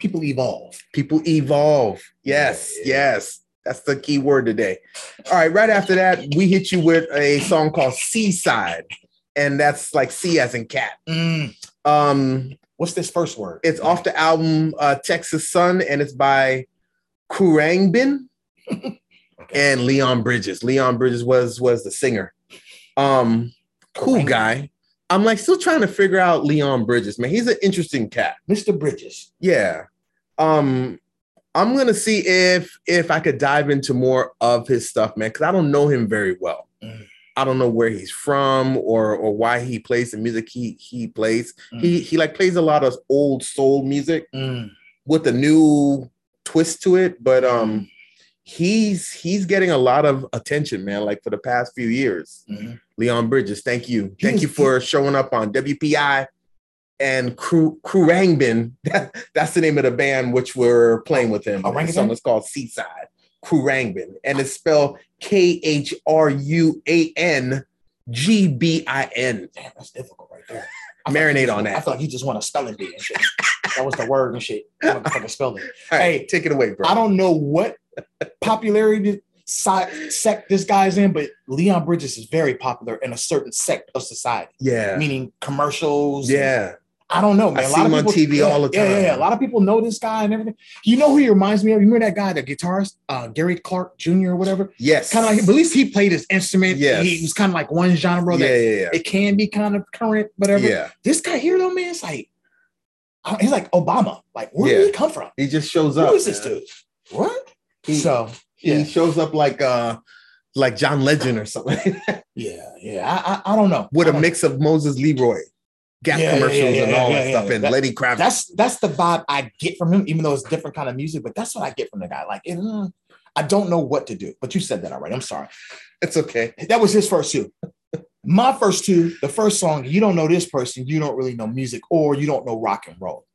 [SPEAKER 2] People evolve.
[SPEAKER 1] People evolve. Yes, yes. That's the key word today. All right, right after that, we hit you with a song called Seaside. And that's like C as in cat.
[SPEAKER 2] Mm.
[SPEAKER 1] Um,
[SPEAKER 2] What's this first word?
[SPEAKER 1] it's off the album uh, Texas Sun, and it's by Kurangbin and Leon Bridges. Leon Bridges was was the singer. Um, cool
[SPEAKER 2] Kurangbin.
[SPEAKER 1] guy. I'm like still trying to figure out Leon Bridges, man. He's an interesting cat.
[SPEAKER 2] Mr. Bridges.
[SPEAKER 1] Yeah. Um I'm going to see if if I could dive into more of his stuff, man, cuz I don't know him very well.
[SPEAKER 2] Mm.
[SPEAKER 1] I don't know where he's from or or why he plays the music he he plays.
[SPEAKER 2] Mm.
[SPEAKER 1] He he like plays a lot of old soul music
[SPEAKER 2] Mm.
[SPEAKER 1] with a new twist to it, but um
[SPEAKER 2] Mm-hmm.
[SPEAKER 1] he's he's getting a lot of attention, man, like for the past few years.
[SPEAKER 2] Mhm.
[SPEAKER 1] Leon Bridges, thank you. Thank
[SPEAKER 2] is-
[SPEAKER 1] you for showing up on WPI and Kru- Kurangbin. That's the name of the band which we're playing with him.
[SPEAKER 2] Orangutan?
[SPEAKER 1] The song is called Seaside Kurangbin, and it's spelled K H R U A N G B I N.
[SPEAKER 2] Damn, that's difficult right there.
[SPEAKER 1] Marinate on
[SPEAKER 2] I
[SPEAKER 1] that.
[SPEAKER 2] feel like you just want a spelling bee and shit. that was the word and shit. I want to fucking spell it.
[SPEAKER 1] All right,
[SPEAKER 2] Hey,
[SPEAKER 1] take it away, bro.
[SPEAKER 2] I don't know what popularity si- sect this guy's in, but Leon Bridges is very popular in a certain sect of society,
[SPEAKER 1] yeah,
[SPEAKER 2] meaning commercials. and-
[SPEAKER 1] yeah.
[SPEAKER 2] I don't know, man.
[SPEAKER 1] I
[SPEAKER 2] A
[SPEAKER 1] see
[SPEAKER 2] lot
[SPEAKER 1] him
[SPEAKER 2] of
[SPEAKER 1] on
[SPEAKER 2] people,
[SPEAKER 1] TV
[SPEAKER 2] yeah,
[SPEAKER 1] all the
[SPEAKER 2] Yeah, yeah, yeah.
[SPEAKER 1] time.
[SPEAKER 2] A lot of people know this guy and everything. You know who he reminds me of? You remember that guy, the guitarist, uh, Gary Clark Jr. or whatever?
[SPEAKER 1] Yes.
[SPEAKER 2] Kind of like, but at least he played his instrument. Yeah,
[SPEAKER 1] Yes.
[SPEAKER 2] He was kind of like one genre
[SPEAKER 1] yeah,
[SPEAKER 2] that
[SPEAKER 1] yeah,
[SPEAKER 2] it can be kind of current,
[SPEAKER 1] yeah.
[SPEAKER 2] whatever.
[SPEAKER 1] yeah.
[SPEAKER 2] This guy here, though, man, it's like, I- he's like Obama. Like, where
[SPEAKER 1] Yeah.
[SPEAKER 2] did he come from?
[SPEAKER 1] He just shows up.
[SPEAKER 2] Who is this
[SPEAKER 1] man.
[SPEAKER 2] dude? What?
[SPEAKER 1] He-
[SPEAKER 2] so,
[SPEAKER 1] He
[SPEAKER 2] yeah,
[SPEAKER 1] shows up like uh like John Legend or something
[SPEAKER 2] yeah, yeah. I, I, I don't know.
[SPEAKER 1] with
[SPEAKER 2] I
[SPEAKER 1] a
[SPEAKER 2] don't-
[SPEAKER 1] mix of Moses Leroy, Gap
[SPEAKER 2] Oh. Yeah, yeah,
[SPEAKER 1] commercials
[SPEAKER 2] yeah,
[SPEAKER 1] and
[SPEAKER 2] yeah,
[SPEAKER 1] all
[SPEAKER 2] yeah,
[SPEAKER 1] that
[SPEAKER 2] yeah,
[SPEAKER 1] stuff,
[SPEAKER 2] yeah.
[SPEAKER 1] and
[SPEAKER 2] That-
[SPEAKER 1] Lady Kravitz.
[SPEAKER 2] That's that's the vibe I get from him, even though it's different kind of music. But that's what I get from the guy. Like, it, uh, I don't know what to do. But you said that already. I'm sorry.
[SPEAKER 1] it's okay.
[SPEAKER 2] That was his first two. My first two. The first song. You don't know this person. You don't really know music, or you don't know rock and roll.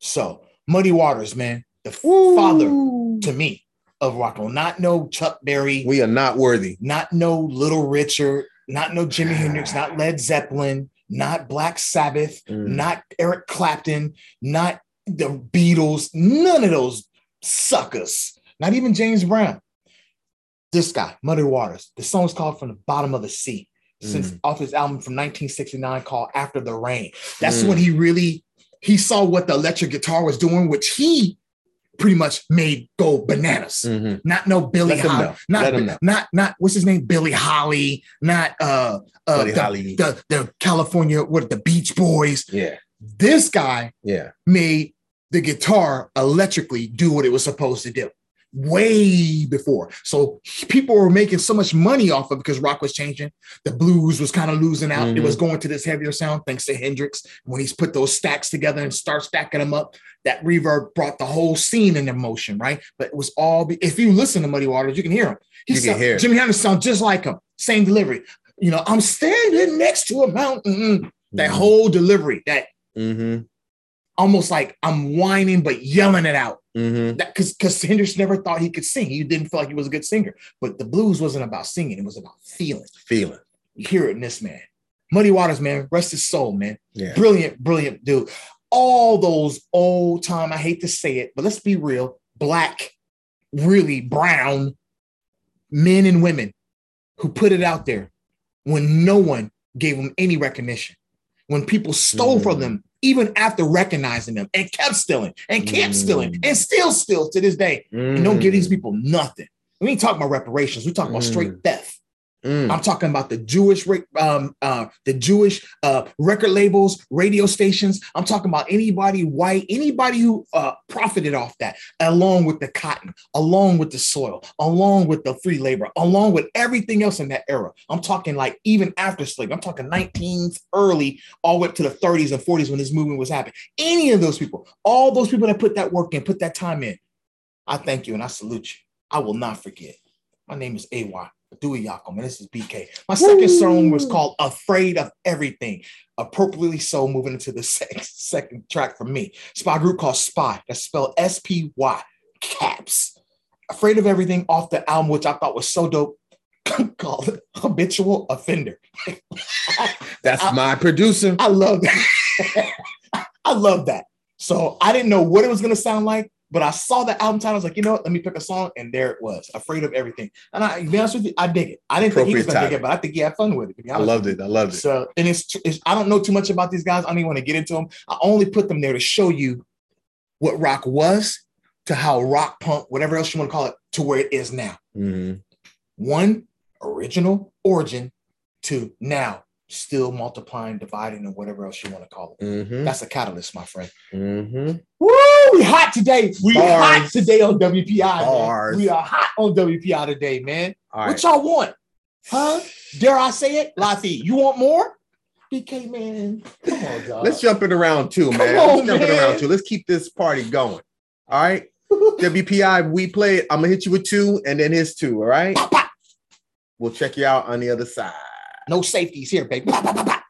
[SPEAKER 2] So Muddy Waters, man, the father
[SPEAKER 1] Ooh.
[SPEAKER 2] to me of rock and roll. Not no Chuck Berry.
[SPEAKER 1] We are not worthy.
[SPEAKER 2] not no Little Richard. Not no Jimi Hendrix. Not Led Zeppelin. Not Black Sabbath
[SPEAKER 1] Mm.
[SPEAKER 2] not Eric Clapton, not the Beatles, none of those suckers, not even James Brown. This guy, Muddy Waters. The song's called From the Bottom of the Sea, since off his album from 1969 called After the Rain. That's
[SPEAKER 1] Mm.
[SPEAKER 2] when he really he saw what the electric guitar was doing, which he pretty much made go bananas.
[SPEAKER 1] Mhm.
[SPEAKER 2] Not no Billy
[SPEAKER 1] Let him
[SPEAKER 2] Holly,
[SPEAKER 1] know.
[SPEAKER 2] not
[SPEAKER 1] Let him know.
[SPEAKER 2] not not what's his name, Billy Holly, not uh, uh
[SPEAKER 1] Buddy
[SPEAKER 2] the-
[SPEAKER 1] Holly.
[SPEAKER 2] the the California with the Beach Boys.
[SPEAKER 1] yeah,
[SPEAKER 2] This guy
[SPEAKER 1] yeah.
[SPEAKER 2] made the guitar electrically do what it was supposed to do way before. So people were making so much money off of it because rock was changing. The blues was kind of losing out. It
[SPEAKER 1] Mhm.
[SPEAKER 2] was going to this heavier sound thanks to Hendrix. When he's put those stacks together and start stacking them up, that reverb brought the whole scene into motion, right? But it was all be- if you listen to Muddy Waters, you can hear him. He
[SPEAKER 1] You can
[SPEAKER 2] sound-
[SPEAKER 1] hear it.
[SPEAKER 2] Jimmy Henderson sound just like him, same delivery. You know, I'm standing next to a mountain. That
[SPEAKER 1] Mm-hmm.
[SPEAKER 2] whole delivery, that
[SPEAKER 1] hmm
[SPEAKER 2] almost like I'm whining but yelling it out.
[SPEAKER 1] hmm
[SPEAKER 2] That because because Hendrix never thought he could sing. He didn't feel like he was a good singer. But the blues wasn't about singing; it was about feeling.
[SPEAKER 1] Feeling.
[SPEAKER 2] You hear it in this man, Muddy Waters, man. Rest his soul, man.
[SPEAKER 1] Yeah.
[SPEAKER 2] Brilliant, brilliant dude. All those old time. I hate to say it, but let's be real. Black, really brown men and women who put it out there when no one gave them any recognition, when people stole from
[SPEAKER 1] Mm.
[SPEAKER 2] them, even after recognizing them and kept stealing and kept stealing
[SPEAKER 1] Mm.
[SPEAKER 2] and still steals to this day. And don't give these people nothing. We ain't talking about reparations. We talking about
[SPEAKER 1] Mm.
[SPEAKER 2] straight theft.
[SPEAKER 1] Mm.
[SPEAKER 2] I'm talking about the Jewish, ra- um, uh, the Jewish uh, record labels, radio stations. I'm talking about anybody white, anybody who uh, profited off that, along with the cotton, along with the soil, along with the free labor, along with everything else in that era. I'm talking like even after slavery. I'm talking 19s, early, all the way up to the 30s and 40s when this movement was happening. Any of those people, all those people that put that work in, put that time in. I thank you and I salute you. I will not forget. My name is AY. Dewey Yakum, and this is BK. My second song was called Afraid of Everything, appropriately so moving into the sec- second track for me. Spy group called Spy, that's spelled S P Y, caps. Afraid of Everything off the album, which I thought was so dope, called Habitual Offender.
[SPEAKER 1] That's
[SPEAKER 2] I-
[SPEAKER 1] my producer.
[SPEAKER 2] I love that. I love that. So I didn't know what it was gonna sound like, but I saw the album title. I was like, you know what? Let me pick a song, and there it was. Afraid of everything. And I, to be honest with you, I dig it. I didn't think he was
[SPEAKER 1] Appropriate
[SPEAKER 2] gonna dig
[SPEAKER 1] timing.
[SPEAKER 2] it, but I think he had fun with it. To be
[SPEAKER 1] I
[SPEAKER 2] honest,
[SPEAKER 1] loved it. I loved it.
[SPEAKER 2] So and it's, it's I don't know too much about these guys. I don't even want to get into them. I only put them there to show you what rock was to how rock punk, whatever else you want to call it, to where it is now
[SPEAKER 1] Mhm.
[SPEAKER 2] one original origin to now still multiplying dividing and whatever else you want to call it
[SPEAKER 1] Mhm.
[SPEAKER 2] that's a catalyst my friend
[SPEAKER 1] Mhm.
[SPEAKER 2] Hmm? Woo! we hot today we
[SPEAKER 1] Bars.
[SPEAKER 2] hot today on wpi man.
[SPEAKER 1] Bars.
[SPEAKER 2] we are hot on wpi today man
[SPEAKER 1] All
[SPEAKER 2] what
[SPEAKER 1] right.
[SPEAKER 2] y'all want huh dare i say it Lati, you want more bk man come on dog.
[SPEAKER 1] Let's jump it around too, man.
[SPEAKER 2] Come
[SPEAKER 1] Let's
[SPEAKER 2] on,
[SPEAKER 1] jump it
[SPEAKER 2] man.
[SPEAKER 1] around too. Let's keep this party going. All right. WPI, we play it. I'm gonna hit you with two and then his two. All right.
[SPEAKER 2] Pop, pop.
[SPEAKER 1] We'll check you out on the other side.
[SPEAKER 2] no safeties here baby Pop, pop, pop, pop.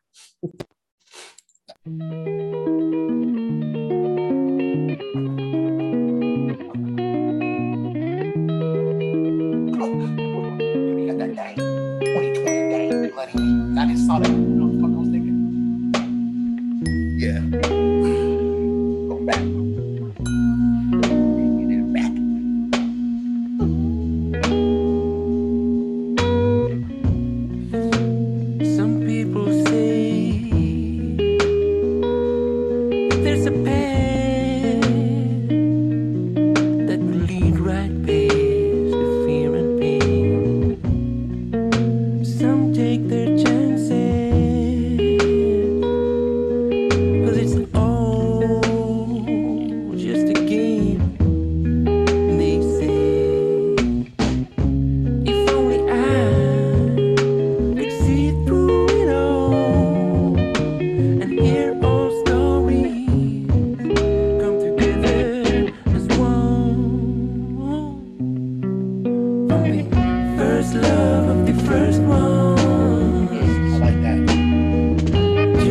[SPEAKER 2] that day. 2020 day, bloody week. I just saw that. You know, fuck, I was thinking,
[SPEAKER 1] Yeah.
[SPEAKER 2] go back. Get it back.
[SPEAKER 3] Some people say there's a path that will lead right past the fear and pain. Some take their chances, cause it's all just a game. And they say, if only I could see through it all and hear all stories come together as one. From the first love of the first one
[SPEAKER 2] I like that.
[SPEAKER 3] to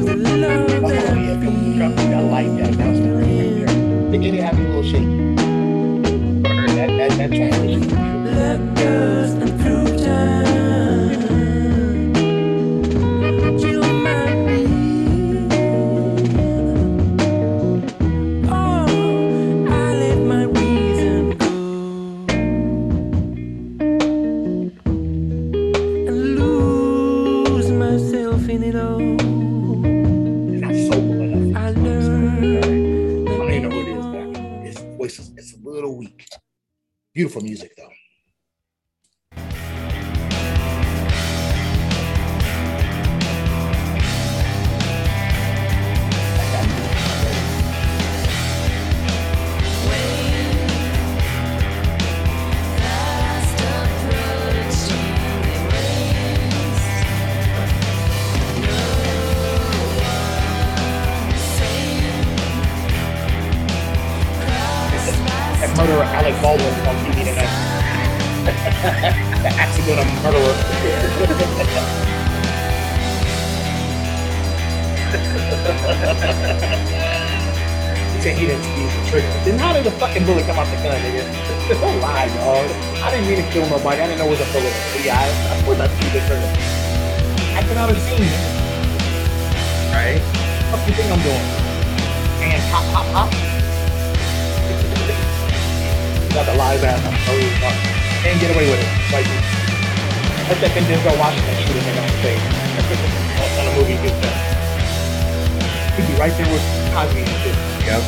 [SPEAKER 3] the love
[SPEAKER 2] Oh,
[SPEAKER 3] that
[SPEAKER 2] yeah, come drop it. I like that. That was good right there. It did have me a little shaky. That, that, that transition.
[SPEAKER 3] left us and through time. You might be. Oh, I let my reason go and lose myself in it all.
[SPEAKER 2] It's not sober enough.
[SPEAKER 3] I learned.
[SPEAKER 2] I don't even know who it is, but his voice is it's a little weak. Beautiful music though. That murderer Alec Baldwin on TV tonight. the accidental murderer. he said he didn't use the trigger. Then how did the fucking bullet come out the gun, nigga? Don't lie, dog. I didn't mean to kill nobody. I didn't know it was a bullet. But yeah, I, of course I see the trigger. I cannot have seen it.
[SPEAKER 1] Right.
[SPEAKER 2] What do you think I'm doing? And hop, hop, hop. Got the live ass. I'm so fuck. And get away with it. Like, let that thing just go Washington shoot a nigga on the face. on a movie, good stuff. He'd be right there with Cosby and shit.
[SPEAKER 1] Yep.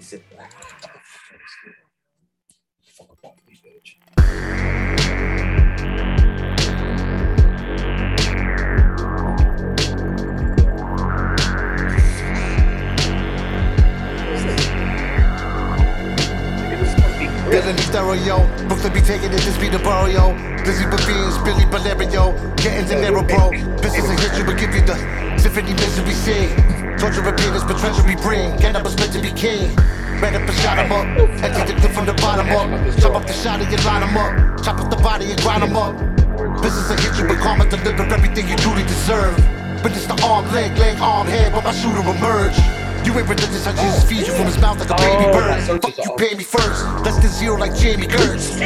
[SPEAKER 2] said, "Ah, fuck up on me, bitch."
[SPEAKER 6] Billy stereo, Brooklyn be taking it, this be the barrio. Busy but fiends, Billy Valerio. Getting to narrow, bro. Business and history will give you the symphony vision we see. Torture repeaters, but treasure we bring. Get up, it's meant to be king. Man up and shot him up. And take the clip from the bottom up. Chop up the shot and you line him up. Chop up the body and grind him up. Business and history with karma deliver everything you truly deserve. But it's the arm, leg, leg, arm, head, but my shooter emerge. You ain't religious, I just feed you from his mouth like a baby bird. Fuck you, pay me first. Let's get zero like Jamie Kurtz.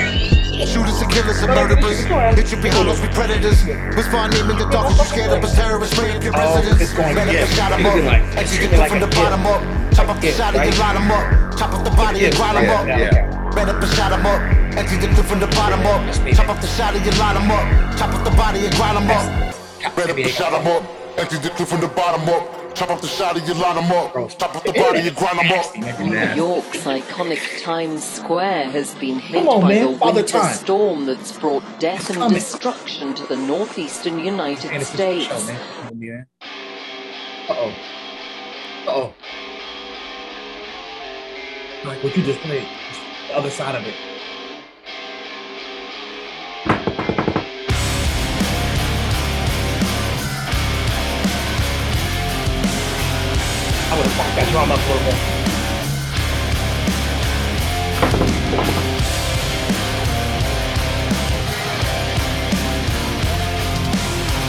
[SPEAKER 6] Shooters and killers and murderers. Hit your beholds, we predators. Whisper our name in the dark, 'cause you scared of us terrorists. Spray up your residence. Man up and shot 'em up. Execute them from the bottom up. Chop up the shot and you line 'em up. Chop up the body and grind 'em up. Man up and shot 'em up. Execute them from the bottom up. Chop up the shot and you line 'em up. Chop up the body and grind 'em up. Man up and shot 'em up. Execute them from the bottom up. Chop up the shot and you line 'em up. Chop up the body and grind 'em up.
[SPEAKER 7] New York's iconic Times Square has been hit
[SPEAKER 2] Come on,
[SPEAKER 7] by
[SPEAKER 2] man,
[SPEAKER 7] the
[SPEAKER 2] Father
[SPEAKER 7] winter
[SPEAKER 2] Time.
[SPEAKER 7] storm that's brought death and
[SPEAKER 2] coming.
[SPEAKER 7] destruction to the northeastern United
[SPEAKER 2] Man, it's a
[SPEAKER 7] States.
[SPEAKER 2] show, man. Uh oh. Uh oh. Like what you just played, it's the other side of it. I would have fucked that drum up a little more.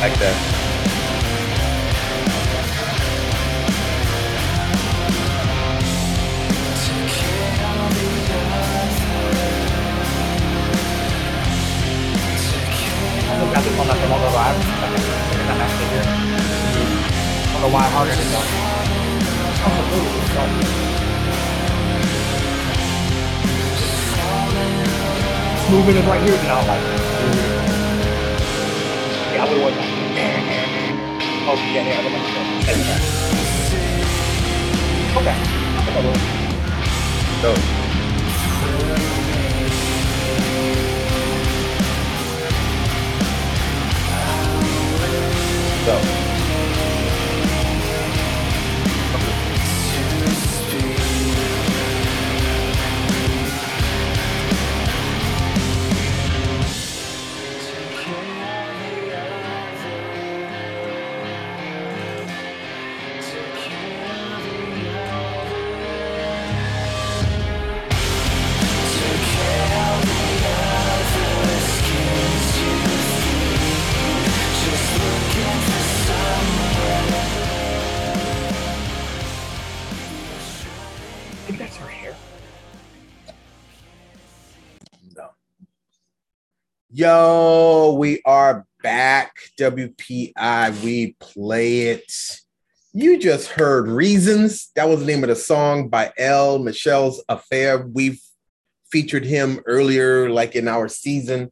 [SPEAKER 8] Like that.
[SPEAKER 2] Look at it on that remote arrive. It's not actually here. I don't know why I ordered it though. Moving it right here now. Like, yeah, I would want that. Oh, yeah, yeah, I would want that. Okay. I think I will.
[SPEAKER 8] Dope. Dope.
[SPEAKER 2] Maybe that's her hair.
[SPEAKER 1] Yo, we are back. WPI, we play it. You just heard Reasons. That was the name of the song by L. Michelle's Affair. We've featured him earlier, like in our season.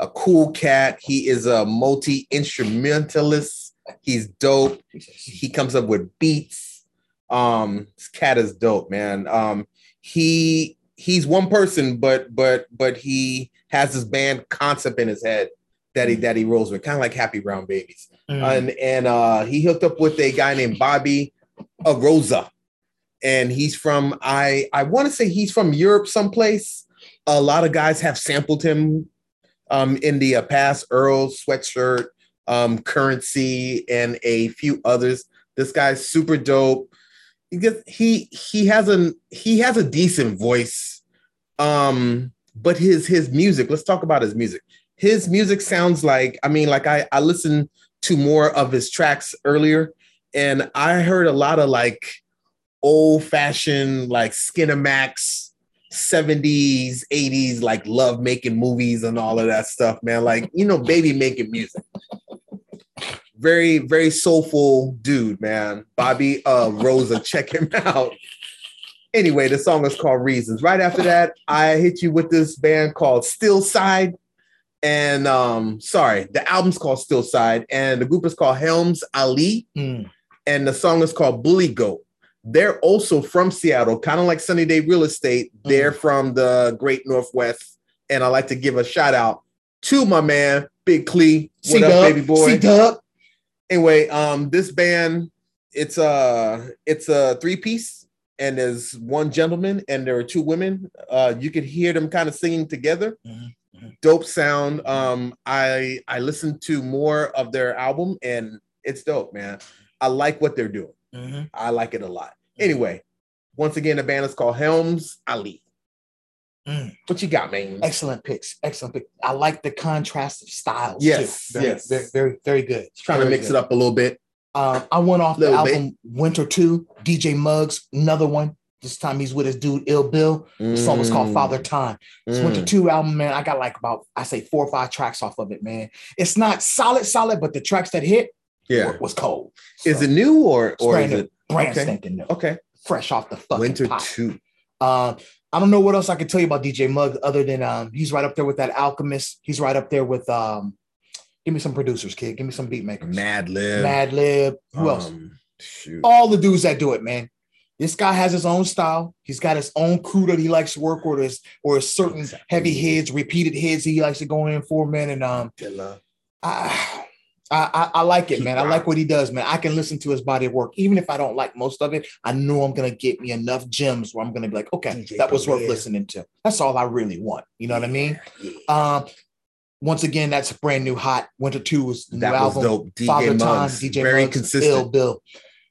[SPEAKER 1] A cool cat. He is a multi instrumentalist. He's dope he comes up with beats. Um, this cat is dope, man. Um, he he's one person, but but but he has this band concept in his head that he that he rolls with, kind of like Happy Brown Babies. And and uh, he hooked up with a guy named Bobby Arosa, and he's from I I want to say he's from Europe someplace. A lot of guys have sampled him um, in the uh, past. Earl sweatshirt, um, currency, and a few others. This guy's super dope. He gets, he he has a he has a decent voice, um, but his his music. Let's talk about his music. His music sounds like I mean, like I I listened to more of his tracks earlier, and I heard a lot of like old fashioned like Skinamax. 70s, 80s, like love making movies and all of that stuff, man. Like, you know, baby making music very very soulful dude man bobby uh rosa check him out anyway the song is called reasons right after that i hit you with this band called still side and um sorry the album's called still side and the group is called helms ali and the song is called bully goat They're also from Seattle, kind of like Sunny Day Real Estate. They're from the Great Northwest, and I like to give a shout out to my man Big Clee. What
[SPEAKER 2] C
[SPEAKER 1] up,
[SPEAKER 2] Dub,
[SPEAKER 1] baby boy?
[SPEAKER 2] C Dub.
[SPEAKER 1] anyway, um, this band it's a it's a three piece, and there's one gentleman and there are two women. Uh, you could hear them kind of singing together.
[SPEAKER 2] Mhm,
[SPEAKER 1] Dope sound. Um, I I listened to more of their album and it's dope, man. I like what they're doing. I like it a lot.
[SPEAKER 2] Mm-hmm.
[SPEAKER 1] Anyway, once again, the band is called Helms Ali.
[SPEAKER 2] Mm.
[SPEAKER 1] What you got, man?
[SPEAKER 2] Excellent picks. Excellent pick. I like the contrast of styles.
[SPEAKER 1] Yes,
[SPEAKER 2] too. Very,
[SPEAKER 1] yes.
[SPEAKER 2] Very, very, very good.
[SPEAKER 1] Trying to mix it up a little bit.
[SPEAKER 2] Um, I went off the
[SPEAKER 1] Little bit.
[SPEAKER 2] album Winter Two. DJ Muggs, another one. This time he's with his dude Ill Bill. The song was called
[SPEAKER 1] Mm,
[SPEAKER 2] Father Time. It's
[SPEAKER 1] mm.
[SPEAKER 2] Winter Two album, man. I got like about I say four or five tracks off of it, man. It's not solid, solid, but the tracks that hit
[SPEAKER 1] Yeah.
[SPEAKER 2] were- was cold.
[SPEAKER 1] Is it new or or
[SPEAKER 2] brand
[SPEAKER 1] is
[SPEAKER 2] new,
[SPEAKER 1] it
[SPEAKER 2] brand
[SPEAKER 1] okay.
[SPEAKER 2] stinking new,
[SPEAKER 1] okay?
[SPEAKER 2] fresh off the fucking
[SPEAKER 1] Winter
[SPEAKER 2] pot.
[SPEAKER 1] two.
[SPEAKER 2] Um, I don't know what else I can tell you about DJ Mugg other than um, he's right up there with that Alchemist. He's right up there with um, give me some producers, kid. Give me some beat makers.
[SPEAKER 1] Mad Lib.
[SPEAKER 2] Mad Lib. Who else? Oh,
[SPEAKER 1] Um, Shoot.
[SPEAKER 2] All the dudes that do it, man. This guy has his own style. He's got his own crew that he likes to work with, or his, or his certain heavy hits, repeated hits he likes to go in for, man. And um,
[SPEAKER 1] Dilla.
[SPEAKER 2] I, I, I- I like it,
[SPEAKER 1] Keep
[SPEAKER 2] man. I like what he does, man. I can listen to his body of work, even if I don't like most of it. I know I'm gonna get me enough gems where I'm gonna be like, okay,
[SPEAKER 1] DJ
[SPEAKER 2] that was worth
[SPEAKER 1] Premier.
[SPEAKER 2] listening to. That's all I really want. You know what I mean? Um, once again, that's brand new, hot. Winter Two is the
[SPEAKER 1] That
[SPEAKER 2] new
[SPEAKER 1] was
[SPEAKER 2] album.
[SPEAKER 1] dope. DJ
[SPEAKER 2] Father
[SPEAKER 1] Muggs,
[SPEAKER 2] Time, DJ
[SPEAKER 1] very
[SPEAKER 2] Muggs,
[SPEAKER 1] consistent.
[SPEAKER 2] Ill Bill.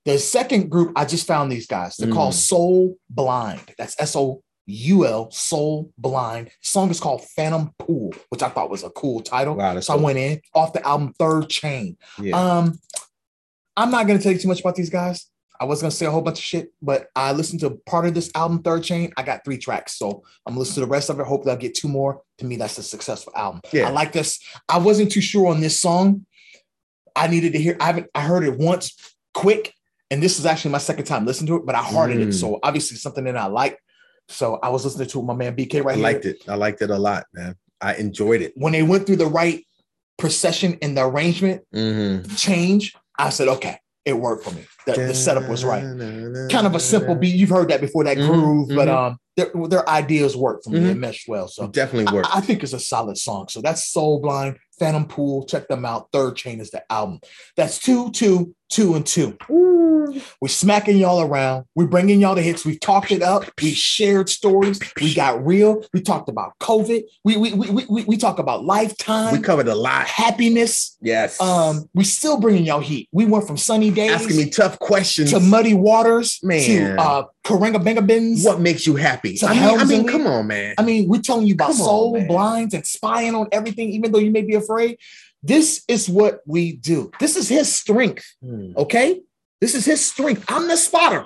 [SPEAKER 2] The second group, I just found these guys. They're
[SPEAKER 1] Mm.
[SPEAKER 2] called Soul Blind. That's S O U L, Soul Blind. Song is called Phantom Pool, which I thought was a cool title.
[SPEAKER 1] Wow, that's
[SPEAKER 2] so I
[SPEAKER 1] dope.
[SPEAKER 2] went in off the album Third Chain.
[SPEAKER 1] Yeah.
[SPEAKER 2] Um, I'm not gonna tell you too much about these guys. I was gonna say a whole bunch of shit, but I listened to part of this album, Third Chain. I got three tracks, so I'm listening to the rest of it. Hopefully, I'll get two more. To me, that's a successful album.
[SPEAKER 1] Yeah.
[SPEAKER 2] I like this. I wasn't too sure on this song. I needed to hear. I haven't. I heard it once, quick, and this is actually my second time listening to it. But I hearted it,
[SPEAKER 1] Mm.
[SPEAKER 2] so obviously something that I like. So I was listening to it with my man BK
[SPEAKER 1] I
[SPEAKER 2] right here.
[SPEAKER 1] liked it. I liked it a lot, man. I enjoyed it.
[SPEAKER 2] When they went through the right procession and the arrangement
[SPEAKER 1] Mhm.
[SPEAKER 2] change, I said, okay, it worked for me. The, the setup was right. Kind of a simple beat. You've heard that before, that
[SPEAKER 1] Mhm,
[SPEAKER 2] groove, but
[SPEAKER 1] mhm.
[SPEAKER 2] um, their, their ideas worked for me. It
[SPEAKER 1] Mhm.
[SPEAKER 2] meshed well. So
[SPEAKER 1] Definitely
[SPEAKER 2] I,
[SPEAKER 1] worked.
[SPEAKER 2] I think it's a solid song. So that's Soul Blind, Phantom Pool. Check them out. Third Chain is the album. That's two, two, two, and two. We're smacking y'all around. We're bringing y'all the hits. We've talked it up. We shared stories. We got real. We talked about COVID. We we we we, we- we talk about
[SPEAKER 1] we
[SPEAKER 2] lifetime
[SPEAKER 1] covered a lot.
[SPEAKER 2] happiness.
[SPEAKER 1] Yes.
[SPEAKER 2] Um, we still bringing y'all heat. We went from sunny days
[SPEAKER 1] asking me tough questions.
[SPEAKER 2] to muddy waters
[SPEAKER 1] Man.
[SPEAKER 2] to uh Karenga Benga Bins.
[SPEAKER 1] what makes you happy?
[SPEAKER 2] to
[SPEAKER 1] I mean, I
[SPEAKER 2] Helms
[SPEAKER 1] mean,
[SPEAKER 2] and
[SPEAKER 1] come
[SPEAKER 2] Lee.
[SPEAKER 1] on, man.
[SPEAKER 2] I mean, we're telling you about
[SPEAKER 1] Come on,
[SPEAKER 2] soul
[SPEAKER 1] man.
[SPEAKER 2] blinds and spying on everything, even though you may be afraid. This is what we do. This is his strength.
[SPEAKER 1] Hmm.
[SPEAKER 2] Okay. This is his strength. I'm the spotter.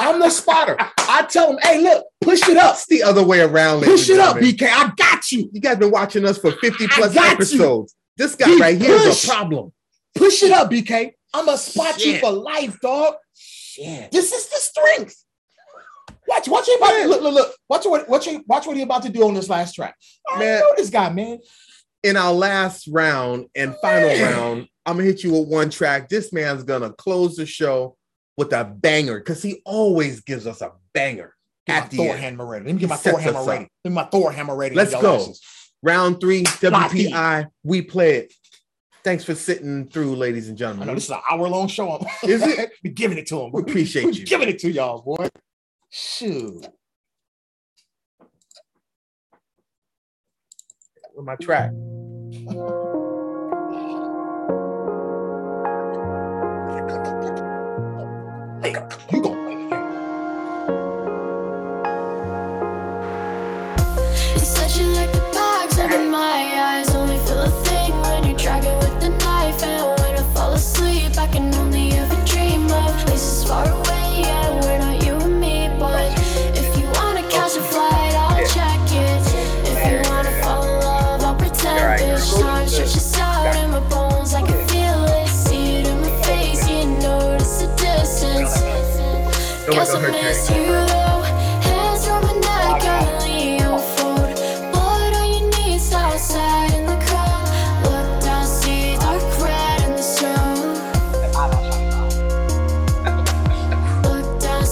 [SPEAKER 2] I'm the spotter. I tell him, hey, look, push it up.
[SPEAKER 1] It's the other way around. ladies
[SPEAKER 2] Push it
[SPEAKER 1] and
[SPEAKER 2] up,
[SPEAKER 1] gentlemen.
[SPEAKER 2] BK. I got you.
[SPEAKER 1] You guys been watching us for 50
[SPEAKER 2] I
[SPEAKER 1] plus
[SPEAKER 2] got you.
[SPEAKER 1] episodes. This guy
[SPEAKER 2] He
[SPEAKER 1] right here is
[SPEAKER 2] pushed.
[SPEAKER 1] a problem.
[SPEAKER 2] Push it up, BK. I'm going to spot you
[SPEAKER 1] Shit.
[SPEAKER 2] for life, dog.
[SPEAKER 1] Shit.
[SPEAKER 2] This is the strength. Watch, watch him about to, look, look, look. Watch what, watch, him- watch what he about to do on this last track. I
[SPEAKER 1] Man.
[SPEAKER 2] know this guy, man.
[SPEAKER 1] in our last round and final
[SPEAKER 2] Man.
[SPEAKER 1] round, I'm gonna hit you with one track. This man's gonna close the show with a banger because he always gives us a banger
[SPEAKER 2] Get
[SPEAKER 1] at
[SPEAKER 2] my
[SPEAKER 1] the
[SPEAKER 2] Thor
[SPEAKER 1] end.
[SPEAKER 2] hammer ready. Let me get my
[SPEAKER 1] He sets
[SPEAKER 2] Thor hammer
[SPEAKER 1] us
[SPEAKER 2] ready.
[SPEAKER 1] up.
[SPEAKER 2] Let me get my Thor hammer ready.
[SPEAKER 1] Let's
[SPEAKER 2] Y'all
[SPEAKER 1] go.
[SPEAKER 2] asses.
[SPEAKER 1] Round three,
[SPEAKER 2] Sloppy.
[SPEAKER 1] WPI. We play it. Thanks for sitting through, ladies and
[SPEAKER 2] I know
[SPEAKER 1] gentlemen.
[SPEAKER 2] this is an hour long show.
[SPEAKER 1] Is it?
[SPEAKER 2] We're giving it to him.
[SPEAKER 1] We
[SPEAKER 2] We're
[SPEAKER 1] appreciate you.
[SPEAKER 2] giving it to y'all, boy. Shoot.
[SPEAKER 1] with my track.
[SPEAKER 2] Hey, you go.
[SPEAKER 9] Such like the box up in my eyes. Only feel a thing when you drag it with the knife. And when I fall asleep, I can only ever dream of places far away. Yeah, we're not you and me, but if you wanna catch a flight, I'll check it. If you wanna fall in love, I'll pretend. Bitch, time stretches out in my bones. I can feel it, see it in my face. You notice the distance. Guess I miss you though. Hands on my neck, I'm Leo Ford. Blood on your knees outside in the cold. Look down, see dark red in this room. Look down,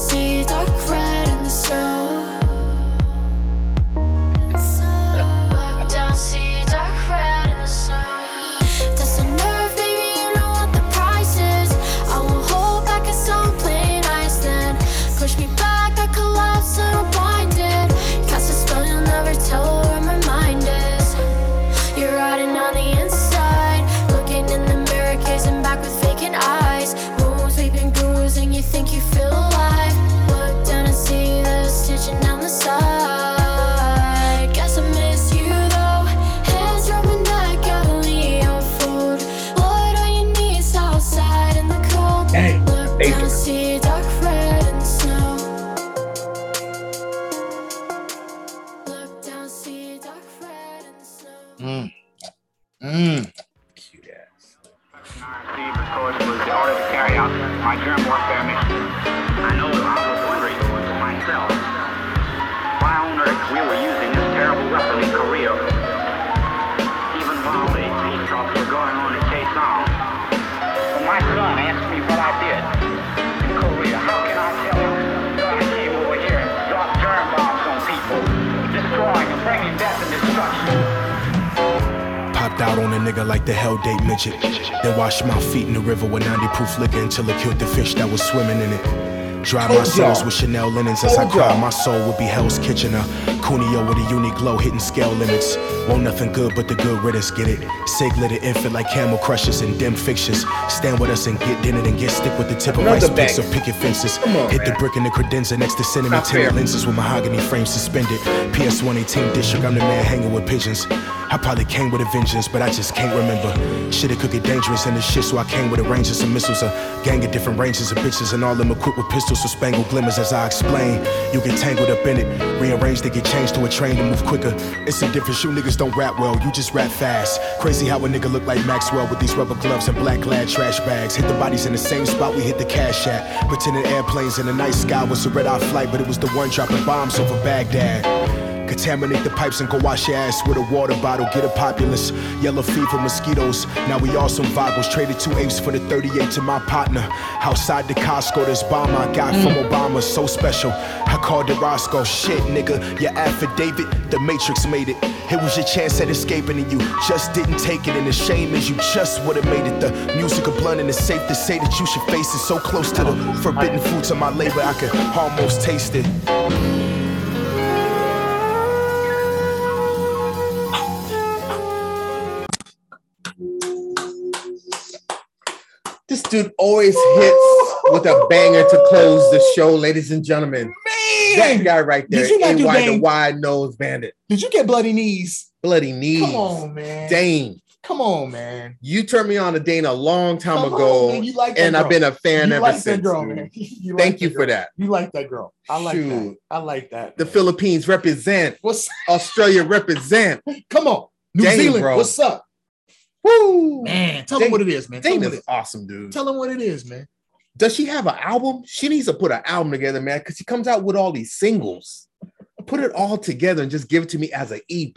[SPEAKER 9] and you think you feel alive. Look down and see there's stitching down the side. Guess I miss you though. Hands rubbing back, gotta leave your food. Blood on your knees outside in the cold.
[SPEAKER 2] Hey,
[SPEAKER 9] Look
[SPEAKER 10] hey.
[SPEAKER 9] down and see dark red and snow. Look down, see dark red and snow.
[SPEAKER 2] Mm. Mm.
[SPEAKER 1] Cute ass.
[SPEAKER 11] because it was in order to carry out my germ warfare mission. I know I was wondering to myself why on earth we were using this terrible weapon in Korea. Even while the peace talks were going on in Kaesong. When my son asked me what I did in Korea, how can I tell him that I came over here and dropped germ bombs on people, destroying and bringing death and destruction?
[SPEAKER 6] Popped out on a nigga like the Hell Day midget. Then washed my feet in the river with 90 proof liquor until it killed the fish that was swimming in it. Dry my
[SPEAKER 3] Told
[SPEAKER 6] soles
[SPEAKER 3] y'all.
[SPEAKER 6] with Chanel linens as I
[SPEAKER 3] Told
[SPEAKER 6] cry.
[SPEAKER 3] y'all.
[SPEAKER 6] My soul would be Hell's Kitchener. Cuneo with a unique glow hitting scale limits. Won't nothing good but the good riddance get it. Sig lit an infant like camel crushes and dim fixtures. Stand with us and get dinner and get stick with the tip of
[SPEAKER 3] Another
[SPEAKER 6] rice picks or
[SPEAKER 3] banger.
[SPEAKER 6] picket fences.
[SPEAKER 3] Come on,
[SPEAKER 6] Hit the
[SPEAKER 3] man.
[SPEAKER 6] brick in the credenza next to cinnamon
[SPEAKER 3] Not fair.
[SPEAKER 6] tinted lenses with mahogany frames suspended. PS 118 district, I'm the man hanging with pigeons. I probably came with a vengeance, but I just can't remember. Shit, it could get dangerous in this shit, so I came with a range of some missiles, a gang of different ranges of bitches, and all them equipped with pistols with spangled glimmers. As I explain, you get tangled up in it, rearranged to get changed to a train to move quicker. It's a difference, you niggas don't rap well, you just rap fast. Crazy how a nigga look like Maxwell with these rubber gloves and black clad trash bags. Hit the bodies in the same spot we hit the cash at. Pretending airplanes in the night sky was a red eye flight, but it was the one dropping bombs over Baghdad. Contaminate the pipes and go wash your ass with a water bottle. Get a populace. Yellow fever, mosquitoes. Now we all some vagos. Traded two apes for the 38 to my partner. Outside the Costco, this bomb I got from Obama. So special. I called it Roscoe. Shit, nigga. Your affidavit, the Matrix made it. It was your chance at escaping, and you just didn't take it. And the shame is you just would've made it. The music of blunt, and it's safe to say that you should face it. So close to the forbidden fruits of my labor, I could almost taste it.
[SPEAKER 1] This dude always hits with a banger to close the show, ladies and gentlemen. That guy right there,
[SPEAKER 2] Did you not do
[SPEAKER 1] AY the
[SPEAKER 2] Dame?
[SPEAKER 1] wide nose bandit.
[SPEAKER 2] Did you get bloody knees?
[SPEAKER 1] Bloody knees.
[SPEAKER 2] Come on, man.
[SPEAKER 1] Dane.
[SPEAKER 2] Come on, man.
[SPEAKER 1] You turned me on to Dane a long time
[SPEAKER 2] Come on,
[SPEAKER 1] ago.
[SPEAKER 2] man. You like that
[SPEAKER 1] and I've
[SPEAKER 2] girl.
[SPEAKER 1] been a fan
[SPEAKER 2] you
[SPEAKER 1] ever
[SPEAKER 2] like
[SPEAKER 1] since.
[SPEAKER 2] that girl,
[SPEAKER 1] dude.
[SPEAKER 2] man. You like
[SPEAKER 1] Thank
[SPEAKER 2] that
[SPEAKER 1] you for
[SPEAKER 2] girl.
[SPEAKER 1] that.
[SPEAKER 2] You like that girl. I like that.
[SPEAKER 1] Shoot.
[SPEAKER 2] I like that.
[SPEAKER 1] The Philippines represent.
[SPEAKER 2] What's
[SPEAKER 1] Australia represent.
[SPEAKER 2] Come on, New
[SPEAKER 1] Dang,
[SPEAKER 2] Zealand.
[SPEAKER 1] bro.
[SPEAKER 2] What's up?
[SPEAKER 1] Woo!
[SPEAKER 2] Man, tell
[SPEAKER 1] Dang-
[SPEAKER 2] them what it is, man. Tell
[SPEAKER 1] Dane
[SPEAKER 2] them what
[SPEAKER 1] is
[SPEAKER 2] it,
[SPEAKER 1] awesome, dude.
[SPEAKER 2] tell them what it is, man.
[SPEAKER 1] Does she have an album? She needs to put an album together, man, because she comes out with all these singles. Put it all together and just give it to me as an EP,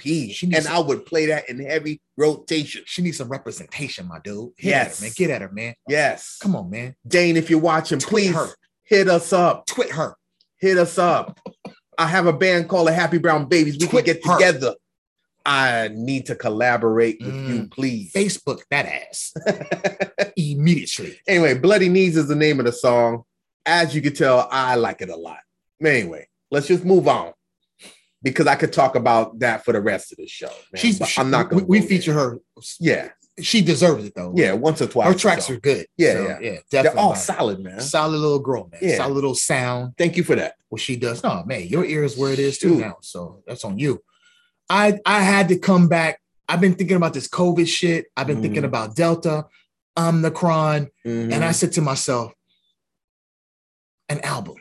[SPEAKER 1] and I would play that in heavy rotation.
[SPEAKER 2] She needs some representation, my dude. Get
[SPEAKER 1] Yes.
[SPEAKER 2] at her, man. Get at her, man.
[SPEAKER 1] Yes,
[SPEAKER 2] Come on, man.
[SPEAKER 1] Dane, if you're watching,
[SPEAKER 2] Tweet
[SPEAKER 1] please
[SPEAKER 2] her.
[SPEAKER 1] hit us up.
[SPEAKER 2] Twit her.
[SPEAKER 1] Hit us up. I have a band called the Happy Brown Babies. We
[SPEAKER 2] Tweet
[SPEAKER 1] can get
[SPEAKER 2] her.
[SPEAKER 1] together. I need to collaborate with
[SPEAKER 2] Mm.
[SPEAKER 1] you, please.
[SPEAKER 2] Facebook that ass immediately.
[SPEAKER 1] Anyway, Bloody Knees is the name of the song. As you can tell, I like it a lot. Anyway, let's just move on because I could talk about that for the rest of the show. man,
[SPEAKER 2] She's.
[SPEAKER 1] but
[SPEAKER 2] she-
[SPEAKER 1] I'm not going.
[SPEAKER 2] We, we feature her.
[SPEAKER 1] Yeah,
[SPEAKER 2] She deserves it though.
[SPEAKER 1] yeah, once or twice.
[SPEAKER 2] Her tracks
[SPEAKER 1] so.
[SPEAKER 2] are good.
[SPEAKER 1] Yeah,
[SPEAKER 2] So,
[SPEAKER 1] yeah.
[SPEAKER 2] yeah.
[SPEAKER 1] They're
[SPEAKER 2] Definitely.
[SPEAKER 1] all
[SPEAKER 2] about it.
[SPEAKER 1] solid, man.
[SPEAKER 2] solid little girl, man.
[SPEAKER 1] Yeah.
[SPEAKER 2] Solid little sound.
[SPEAKER 1] Thank you for that.
[SPEAKER 2] What she does. No, man, your ear is where it is too
[SPEAKER 1] Dude.
[SPEAKER 2] now. So that's on you. I I had to come back. I've been thinking about this COVID shit. I've been thinking
[SPEAKER 1] Mhm.
[SPEAKER 2] about Delta, Omicron, and
[SPEAKER 1] Mm.
[SPEAKER 2] I said to myself, an album,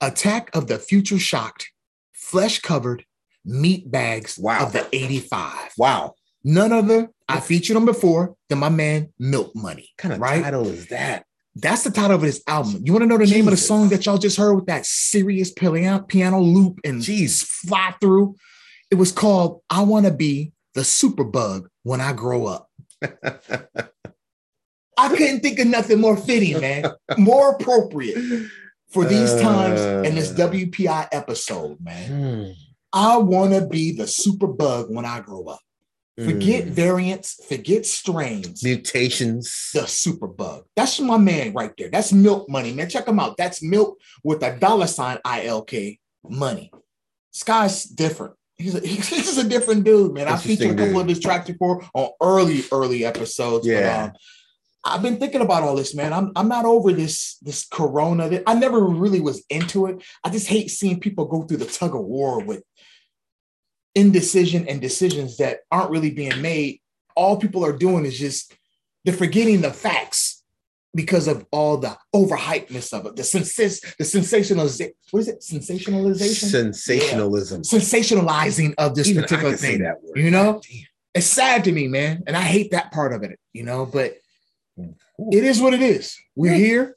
[SPEAKER 2] Attack of the Future Shocked, flesh covered meat bags
[SPEAKER 1] Wow.
[SPEAKER 2] of the 85.
[SPEAKER 1] wow,
[SPEAKER 2] None other. I featured them before than my man Milk Money.
[SPEAKER 1] kind of
[SPEAKER 2] right?
[SPEAKER 1] title is that?
[SPEAKER 2] That's the title of this album. You want to know the name of the
[SPEAKER 1] Jesus.
[SPEAKER 2] song that y'all just heard with that serious piano, piano loop and
[SPEAKER 1] Jeez.
[SPEAKER 2] fly through? It was called I Want to Be the Superbug When I Grow Up. I couldn't think of nothing more fitting, man, more appropriate for these times and this
[SPEAKER 1] Uh.
[SPEAKER 2] WPI episode, man.
[SPEAKER 1] Hmm.
[SPEAKER 2] I want to be the superbug when I grow up. Forget
[SPEAKER 1] Hmm.
[SPEAKER 2] variants, forget strains.
[SPEAKER 1] mutations.
[SPEAKER 2] the super bug. That's my man right there. That's milk money, man. Check him out. That's milk with a dollar sign ILK money. Sky's different. He's a, he's a different dude, man. I
[SPEAKER 1] Interesting
[SPEAKER 2] featured a couple
[SPEAKER 1] dude.
[SPEAKER 2] of his tracks before on early, early episodes.
[SPEAKER 1] Yeah.
[SPEAKER 2] But, um, I've been thinking about all this, man. I'm I'm not over this this corona. that- I never really was into it. I just hate seeing people go through the tug of war with indecision and decisions that aren't really being made. All people are doing is just they're forgetting the facts because of all the overhypeness of it, the sensas, the sensationalization. What is it? Sensationalization.
[SPEAKER 1] Sensationalism.
[SPEAKER 2] Sensationalizing of this
[SPEAKER 1] Even I
[SPEAKER 2] particular
[SPEAKER 1] can say
[SPEAKER 2] thing.
[SPEAKER 1] that word.
[SPEAKER 2] You know, it's sad to me, man, and I hate that part of it. You know, but it is what it is. We're here.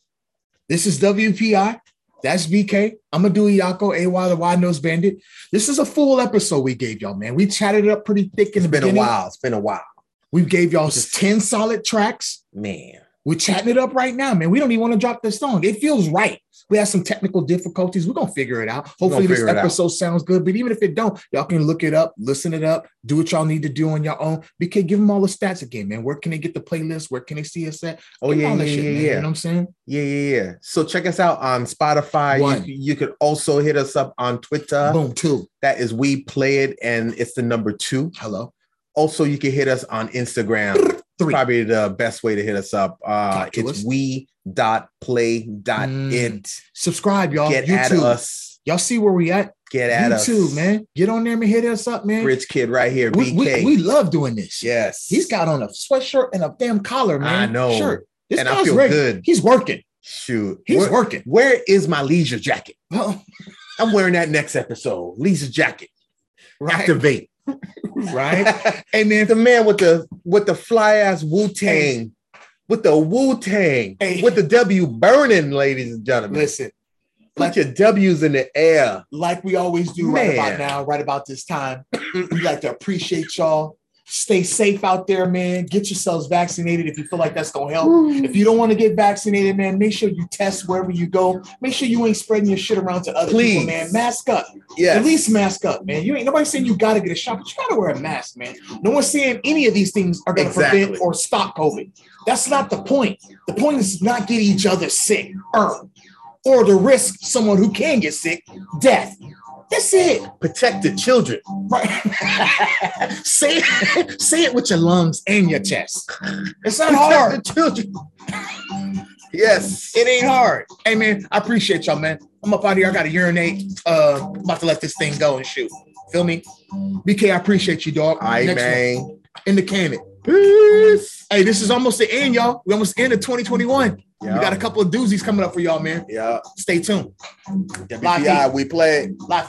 [SPEAKER 2] This is WPI. That's BK. I'm gonna do Iyako, AY, the Wide Nose Bandit. This is a full episode we gave y'all, man. We chatted it up pretty thick in the
[SPEAKER 1] been a
[SPEAKER 2] beginning.
[SPEAKER 1] while. It's been a while,
[SPEAKER 2] We gave y'all 10 solid tracks.
[SPEAKER 1] man.
[SPEAKER 2] We're chatting it up right now, man. We don't even want to drop this song. It feels right. We have some technical difficulties. We're gonna figure it out.
[SPEAKER 1] We're gonna
[SPEAKER 2] Hopefully, this
[SPEAKER 1] figure it out.
[SPEAKER 2] episode sounds good. But even if it don't, y'all can look it up, listen it up, do what y'all need to do on your own. BK, give them all the stats again, man. Where can they get the playlist? Where can they see us at?
[SPEAKER 1] Oh
[SPEAKER 2] Give 'em
[SPEAKER 1] yeah,
[SPEAKER 2] all
[SPEAKER 1] yeah,
[SPEAKER 2] that
[SPEAKER 1] yeah,
[SPEAKER 2] shit, man.
[SPEAKER 1] yeah.
[SPEAKER 2] You know what I'm saying?
[SPEAKER 1] Yeah, yeah, yeah. So check us out on Spotify.
[SPEAKER 2] One.
[SPEAKER 1] You, you could also hit us up on Twitter.
[SPEAKER 2] Boom, two.
[SPEAKER 1] That is We Play It, and it's the number two.
[SPEAKER 2] Hello.
[SPEAKER 1] Also, you can hit us on Instagram.
[SPEAKER 2] Three.
[SPEAKER 1] Probably the best way to hit us up. Uh,
[SPEAKER 2] Talk to
[SPEAKER 1] it's
[SPEAKER 2] us.
[SPEAKER 1] we dot play dot
[SPEAKER 2] Mm.
[SPEAKER 1] it.
[SPEAKER 2] Subscribe, y'all.
[SPEAKER 1] Get
[SPEAKER 2] YouTube.
[SPEAKER 1] at us.
[SPEAKER 2] Y'all see where we at?
[SPEAKER 1] Get at us.
[SPEAKER 2] YouTube, man. Get on there and hit us up, man.
[SPEAKER 1] Rich kid right here.
[SPEAKER 2] we,
[SPEAKER 1] BK.
[SPEAKER 2] we, we love doing this.
[SPEAKER 1] yes.
[SPEAKER 2] He's got on a sweatshirt and a damn collar, man.
[SPEAKER 1] I know.
[SPEAKER 2] Shirt. This
[SPEAKER 1] And I
[SPEAKER 2] guy's
[SPEAKER 1] feel
[SPEAKER 2] ready.
[SPEAKER 1] good.
[SPEAKER 2] He's working.
[SPEAKER 1] shoot.
[SPEAKER 2] He's
[SPEAKER 1] Where-
[SPEAKER 2] working.
[SPEAKER 1] Where is my leisure jacket?
[SPEAKER 2] Well,
[SPEAKER 1] I'm wearing that next episode. Leisure jacket.
[SPEAKER 2] right.
[SPEAKER 1] Activate.
[SPEAKER 2] right. Hey man,
[SPEAKER 1] the man with the with the fly ass Wu Tang, with the Wu Tang,
[SPEAKER 2] Hey.
[SPEAKER 1] with the W burning, ladies and gentlemen.
[SPEAKER 2] listen,
[SPEAKER 1] Put your W's in the air.
[SPEAKER 2] like we always do right about
[SPEAKER 1] Man.
[SPEAKER 2] now, right about this time, we like to appreciate y'all. Stay safe out there, man. Get yourselves vaccinated if you feel like that's gonna help. If you don't want to get vaccinated, man, make sure you test wherever you go. Make sure you ain't spreading your shit around to other
[SPEAKER 1] Please.
[SPEAKER 2] people, man. Mask up.
[SPEAKER 1] Yes.
[SPEAKER 2] At least mask up, man. You ain't nobody saying you gotta get a shot, but you gotta wear a mask, man. No one's saying any of these things are gonna
[SPEAKER 1] Exactly.
[SPEAKER 2] prevent or stop COVID. That's not the point. The point is not get each other sick or or to risk someone who can get sick death. That's it.
[SPEAKER 1] Protect the children.
[SPEAKER 2] Right. say it, say it with your lungs and your chest. It's not hard.
[SPEAKER 1] Protect the children. yes.
[SPEAKER 2] It ain't hard. Hey man, I appreciate y'all, man. I'm up out here. I gotta urinate. Uh I'm about to let this thing go and shoot. Feel me? BK, I appreciate you, dog.
[SPEAKER 1] All right,
[SPEAKER 2] one.
[SPEAKER 1] man.
[SPEAKER 2] in the cannon.
[SPEAKER 1] Peace.
[SPEAKER 2] Hey, this is almost the end, y'all. We almost end of 2021.
[SPEAKER 1] Yeah.
[SPEAKER 2] We got a couple of doozies coming up for y'all, man.
[SPEAKER 1] Yeah.
[SPEAKER 2] Stay tuned.
[SPEAKER 1] WPI, we play.
[SPEAKER 2] Live